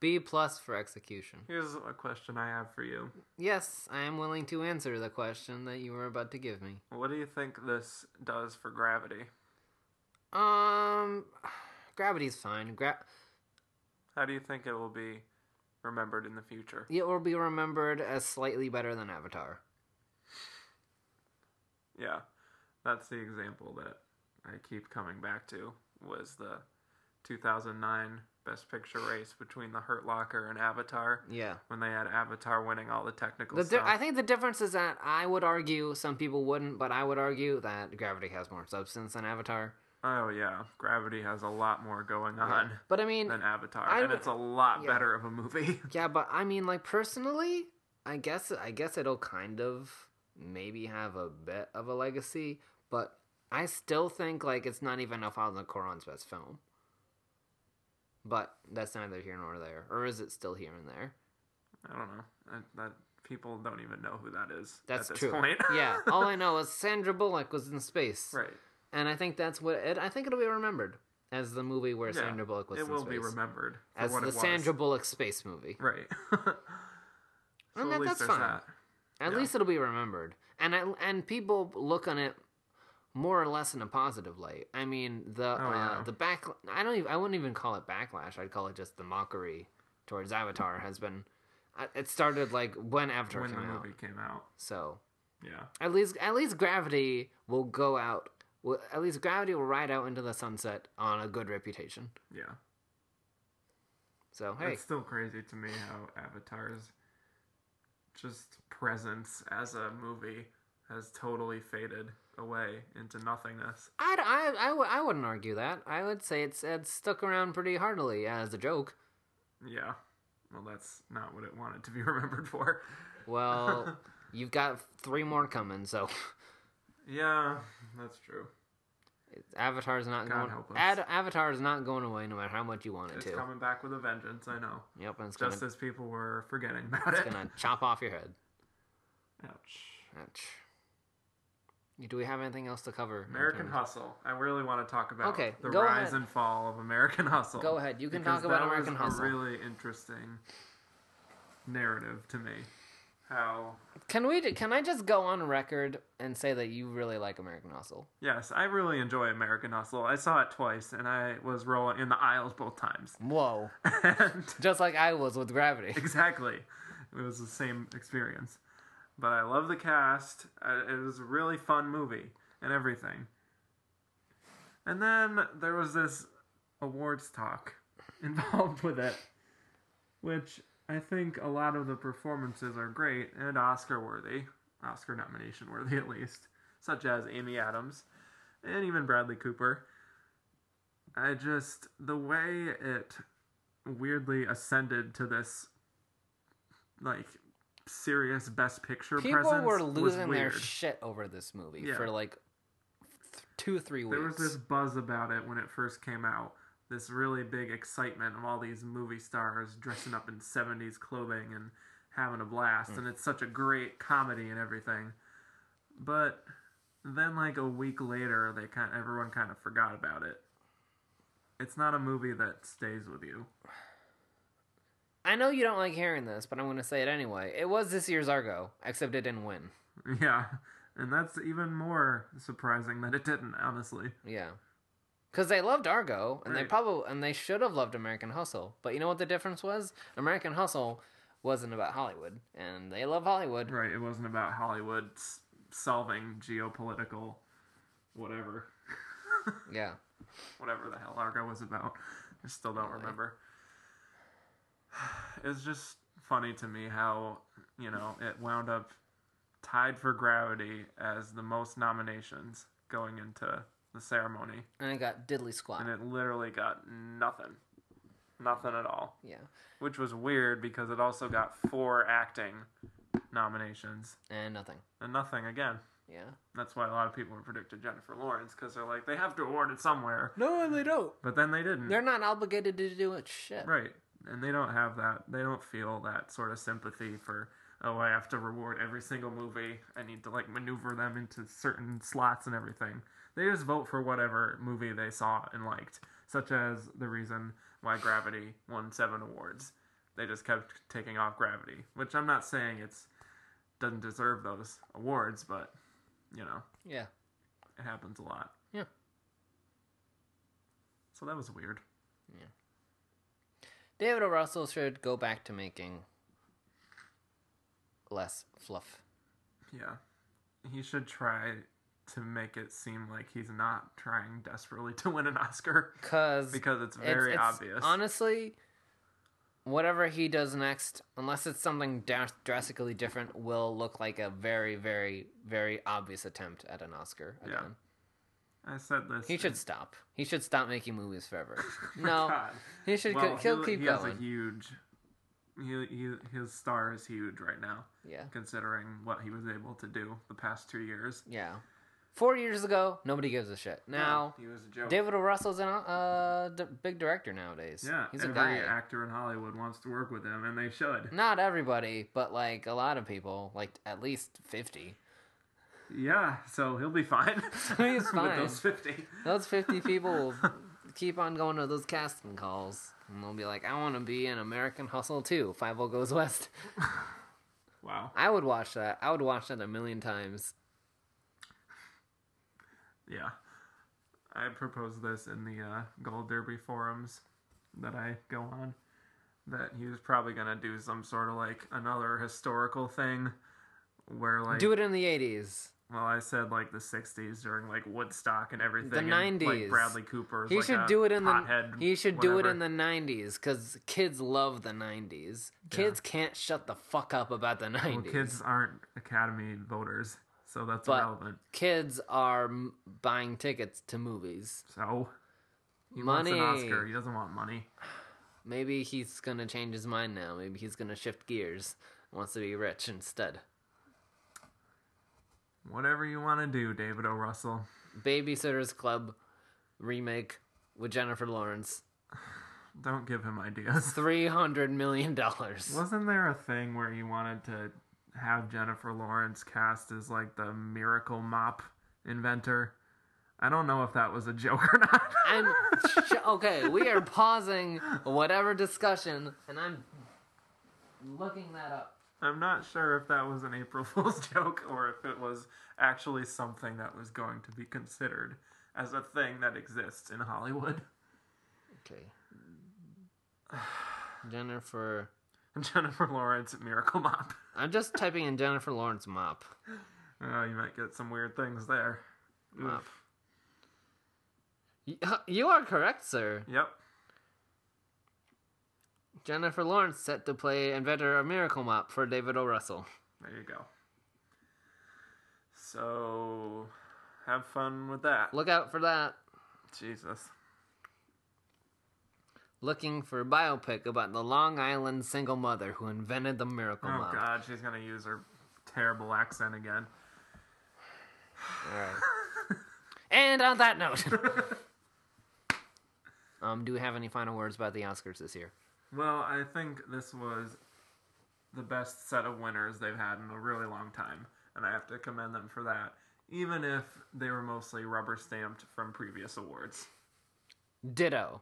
S1: B plus for execution.
S2: Here's a question I have for you.
S1: Yes, I am willing to answer the question that you were about to give me.
S2: What do you think this does for gravity?
S1: Um, gravity's fine. Gra-
S2: How do you think it will be remembered in the future?
S1: it will be remembered as slightly better than Avatar.
S2: Yeah. That's the example that I keep coming back to was the 2009 best picture race between The Hurt Locker and Avatar.
S1: Yeah.
S2: when they had Avatar winning all the technical
S1: The di-
S2: stuff.
S1: I think the difference is that I would argue, some people wouldn't, but I would argue that Gravity has more substance than Avatar.
S2: oh yeah, Gravity has a lot more going on
S1: But I mean,
S2: than Avatar,
S1: I
S2: and
S1: would-
S2: it's a lot
S1: yeah.
S2: better of a movie.
S1: Yeah, but I mean, like personally, I guess I guess it'll kind of maybe have a bit of a legacy, but I still think like it's not even up on the Quran's best film. But that's neither here nor there, or is it still here and there?
S2: I don't know that, that people don't even know who that is.
S1: That's
S2: at this
S1: true.
S2: Point.
S1: yeah, all I know is Sandra Bullock was in space,
S2: right.
S1: and I think that's what it, I think it'll be remembered as the movie where
S2: Yeah,
S1: Sandra Bullock was
S2: it
S1: in
S2: will
S1: space,
S2: be remembered for
S1: as
S2: what
S1: the
S2: it was.
S1: Sandra Bullock space movie.
S2: Right. so
S1: And
S2: at
S1: that-
S2: least
S1: that's
S2: there's
S1: fine.
S2: that.
S1: At
S2: Yeah.
S1: least it'll be remembered, and I, and people look on it more or less in a positive light. I mean, the
S2: Oh,
S1: uh,
S2: yeah.
S1: the back I don't even, I wouldn't even call it backlash. I'd call it just the mockery towards Avatar has been. I- It started like when Avatar
S2: When the
S1: came out,
S2: movie came out.
S1: so
S2: Yeah.
S1: at least at least Gravity will go out. Will, at least Gravity will ride out into the sunset on a good reputation.
S2: Yeah.
S1: So hey,
S2: It's still crazy to me how Avatar's just presence as a movie has totally faded away into nothingness.
S1: I'd, I I w- I wouldn't argue that. I would say it's it's stuck around pretty heartily as a joke.
S2: Yeah. Well, that's not what it wanted to be remembered for.
S1: Well, you've got three more coming, so
S2: Yeah, that's true.
S1: Avatar's not
S2: God
S1: going.
S2: help us.
S1: Ad, Avatar's not going away, no matter how much you want it
S2: It's
S1: to.
S2: coming back with a vengeance, I know.
S1: Yep, and it's gonna,
S2: Just as people were forgetting about
S1: it's
S2: it.
S1: gonna chop off your head.
S2: Ouch.
S1: Ouch. Do we have anything else to cover? in
S2: American
S1: terms-
S2: Hustle. I really want to talk about
S1: Okay,
S2: the
S1: go
S2: rise
S1: ahead.
S2: and fall of American Hustle.
S1: Go ahead. You can
S2: because
S1: talk about
S2: that
S1: American
S2: was
S1: Hustle.
S2: A really interesting narrative to me. How
S1: Can we? Can I just go on record and say that you really like American Hustle?
S2: yes, I really enjoy American Hustle. I saw it twice, and I was rolling in the aisles both times.
S1: Whoa!
S2: And
S1: just like I was with Gravity.
S2: exactly, it was the same experience. But I love the cast. Uh, It was a really fun movie and everything. And then there was this awards talk involved with it, which I think a lot of the performances are great and Oscar worthy, Oscar nomination worthy at least, such as Amy Adams and even Bradley Cooper. I just, the way it weirdly ascended to this, like, serious best picture
S1: People
S2: presence
S1: were
S2: was
S1: losing their
S2: weird.
S1: shit over this movie
S2: Yeah.
S1: for like th- two, three weeks.
S2: There was this buzz about it when it first came out. This really big excitement of all these movie stars dressing up in 70s clothing and having a blast. And it's such a great comedy and everything. But then, like a week later, they kind everyone kind of forgot about it. It's not a movie that stays with you.
S1: I know you don't like hearing this, but I'm going to say it anyway. It was this year's Argo, except it didn't win.
S2: Yeah. And that's even more surprising that it didn't, honestly.
S1: Yeah. Because they loved Argo, and they
S2: Right.
S1: probably and they should have loved American Hustle. But you know what the difference was? American Hustle wasn't about Hollywood, and they love Hollywood.
S2: Right, it wasn't about Hollywood s- solving geopolitical whatever.
S1: Yeah.
S2: whatever the hell Argo was about. I still don't remember. It's just funny to me how, you know, it wound up tied for gravity as the most nominations going into the ceremony.
S1: And it got diddly squat.
S2: And it literally got nothing. Nothing at all.
S1: yeah.
S2: Which was weird because it also got four acting nominations
S1: And nothing.
S2: and nothing again.
S1: Yeah.
S2: That's why a lot of people were predicted Jennifer Lawrence because they're like, they have to award it somewhere.
S1: No, they don't.
S2: But then they didn't.
S1: They're not obligated to do it. Shit.
S2: Right. And they don't have that. They don't feel that sort of sympathy for, oh, I have to reward every single movie. I need to, like, maneuver them into certain slots and everything. They just vote for whatever movie they saw and liked, such as the reason why Gravity won seven awards. They just kept taking off Gravity, which I'm not saying it's doesn't deserve those awards, but, you know,
S1: Yeah.
S2: it happens a lot.
S1: Yeah.
S2: So that was weird.
S1: David O. Russell should go back to making less fluff.
S2: Yeah. He should try to make it seem like he's not trying desperately to win an Oscar
S1: Cause
S2: because it's
S1: it's-
S2: very
S1: it's-
S2: obvious.
S1: Honestly, whatever he does next, unless it's something dras- drastically different, will look like a very, very, very obvious attempt at an Oscar.
S2: Yeah.
S1: Again.
S2: I said this.
S1: He should stop. He should stop making movies forever. no,
S2: God.
S1: he should.
S2: Well,
S1: he'll
S2: he,
S1: keep
S2: he has
S1: going.
S2: a huge. He, he, his star is huge right now,
S1: yeah,
S2: considering what he was able to do the past two years.
S1: yeah. Four years ago, nobody gives a shit. Now,
S2: he was a joke.
S1: David O. Russell's a uh, d- big director nowadays.
S2: yeah,
S1: he's a
S2: every
S1: guy.
S2: actor in Hollywood wants to work with him, and they should.
S1: Not everybody, but like a lot of people, like at least fifty.
S2: Yeah, so he'll be fine.
S1: he's
S2: with
S1: fine.
S2: those fifty.
S1: Those 50 people will keep on going to those casting calls. And they'll be like, I want to be in American Hustle too. 5 Goes West.
S2: Wow.
S1: I would watch that. I would watch that a million times.
S2: Yeah. I proposed this in the uh, Gold Derby forums that I go on. That he was probably going to do some sort of like another historical thing where like.
S1: Do it in the 80s.
S2: Well, I said like the 60s during like Woodstock and everything.
S1: The
S2: and, like
S1: 90s.
S2: Bradley Cooper. is,
S1: He
S2: like,
S1: should
S2: a
S1: do it in the
S2: pothead,
S1: He should do it in
S2: whatever.
S1: the 90s cuz kids love the 90s. Kids can't shut the fuck up about the 90s.
S2: Well, kids aren't Academy voters, so that's
S1: But-
S2: irrelevant.
S1: Kids are m- buying tickets to movies.
S2: So. He
S1: Money.
S2: wants an Oscar. He doesn't want money.
S1: Maybe he's going to change his mind now. Maybe he's going to shift gears. Wants to be rich instead.
S2: Whatever you want to do, David O. Russell.
S1: Babysitters Club remake with Jennifer Lawrence.
S2: Don't give him ideas.
S1: Three hundred million dollars.
S2: Wasn't there a thing where you wanted to have Jennifer Lawrence cast as like the miracle mop inventor. I don't know if that was a joke or not.
S1: I'm sh- okay. We are pausing whatever discussion, and I'm looking that up.
S2: I'm not sure if that was an April Fool's joke or if it was actually something that was going to be considered as a thing that exists in Hollywood.
S1: Okay. Jennifer.
S2: Jennifer Lawrence Miracle Mop.
S1: I'm just typing in Jennifer Lawrence mop.
S2: Oh, you might get some weird things there. Oof.
S1: Mop. Y- You are correct, sir.
S2: Yep.
S1: Jennifer Lawrence set to play inventor of Miracle Mop for David O. Russell.
S2: There you go. So, have fun with that.
S1: Look out for that.
S2: Jesus.
S1: Looking for a biopic about the Long Island single mother who invented the Miracle
S2: Oh,
S1: Mop.
S2: God, she's going to use her terrible accent again.
S1: All right. and on that note, um, do we have any final words about the Oscars this year?
S2: Well, I think this was the best set of winners they've had in a really long time, and I have to commend them for that, even if they were mostly rubber stamped from previous awards.
S1: Ditto.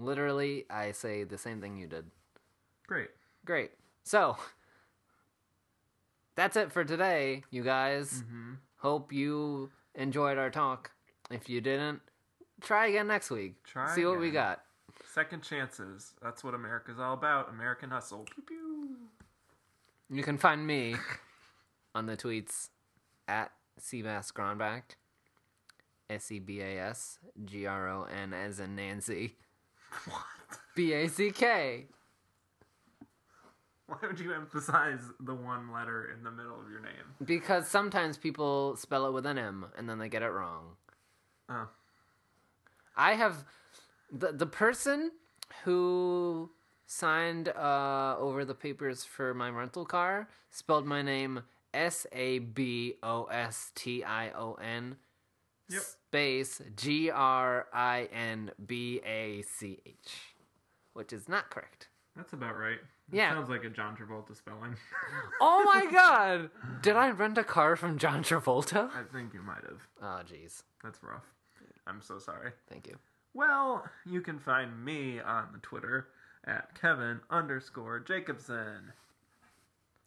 S1: Literally, I say the same thing you did.
S2: Great.
S1: Great. So, that's it for today, you guys.
S2: Mm-hmm.
S1: Hope you enjoyed our talk. If you didn't, try again next week.
S2: Try
S1: See what we
S2: again.
S1: got.
S2: Second chances. That's what America's all about. American hustle. Pew pew.
S1: You can find me on the tweets at Seabass Gronbach. S E B A S G R O N as in Nancy.
S2: What?
S1: B A C K.
S2: Why would you emphasize the one letter in the middle of your name?
S1: Because sometimes people spell it with an M and then they get it wrong.
S2: Oh,
S1: I have the the person who signed uh, over the papers for my rental car spelled my name S A B O S T I O N
S2: Yep.
S1: space G R I N B A C H, which is not correct.
S2: that's about right.
S1: Yeah.
S2: Sounds like a John Travolta spelling.
S1: Oh my god! Did I rent a car from John Travolta?
S2: I think you might have.
S1: Oh jeez,
S2: That's rough. I'm so sorry.
S1: thank you.
S2: Well, you can find me on the Twitter at Kevin underscore Jacobson.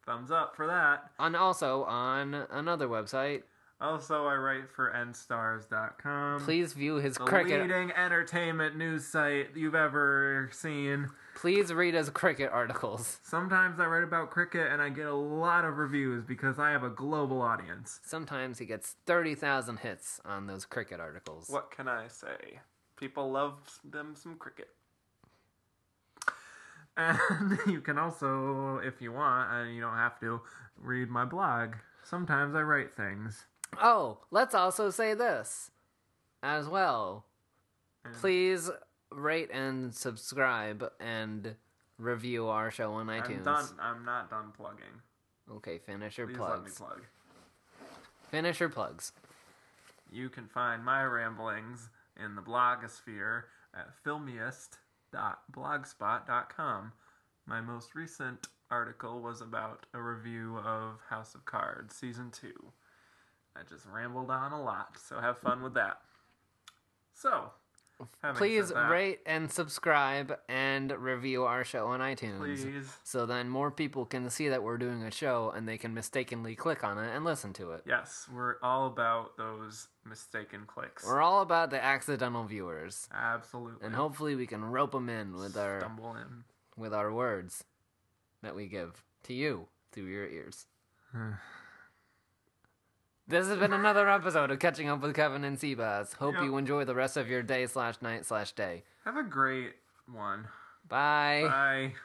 S2: Thumbs up for that.
S1: And also on another website,
S2: Also, I write for nstars.com.
S1: please view his
S2: the
S1: cricket.
S2: leading entertainment news site you've ever seen.
S1: Please read his cricket articles.
S2: Sometimes I write about cricket and I get a lot of reviews because I have a global audience.
S1: Sometimes he gets 30,000 hits on those cricket articles.
S2: What can I say? People love them some cricket. And you can also, if you want, and you don't have to, read my blog. Sometimes I write things.
S1: Oh, let's also say this as well.
S2: Yeah.
S1: Please rate and subscribe and review our show on iTunes.
S2: I'm done. I'm not done plugging.
S1: Okay, finish your
S2: Please let me
S1: plugs.
S2: plug.
S1: Finish your plugs.
S2: You can find my ramblings in the blogosphere at filmiest.blogspot.com. My most recent article was about a review of House of Cards season 2. I just rambled on a lot, so have fun with that. So, having said
S1: Please
S2: that,
S1: rate and subscribe and review our show on iTunes.
S2: please.
S1: So then more people can see that we're doing a show and they can mistakenly click on it and listen to it.
S2: Yes, we're all about those mistaken clicks.
S1: We're all about the accidental viewers.
S2: Absolutely.
S1: and hopefully we can rope them in with our
S2: stumble in.
S1: with our words that we give to you through your ears. this has been another episode of Catching Up with Kevin and Seabass. Hope
S2: Yep.
S1: you enjoy the rest of your day slash night slash day.
S2: Have a great one.
S1: Bye.
S2: Bye.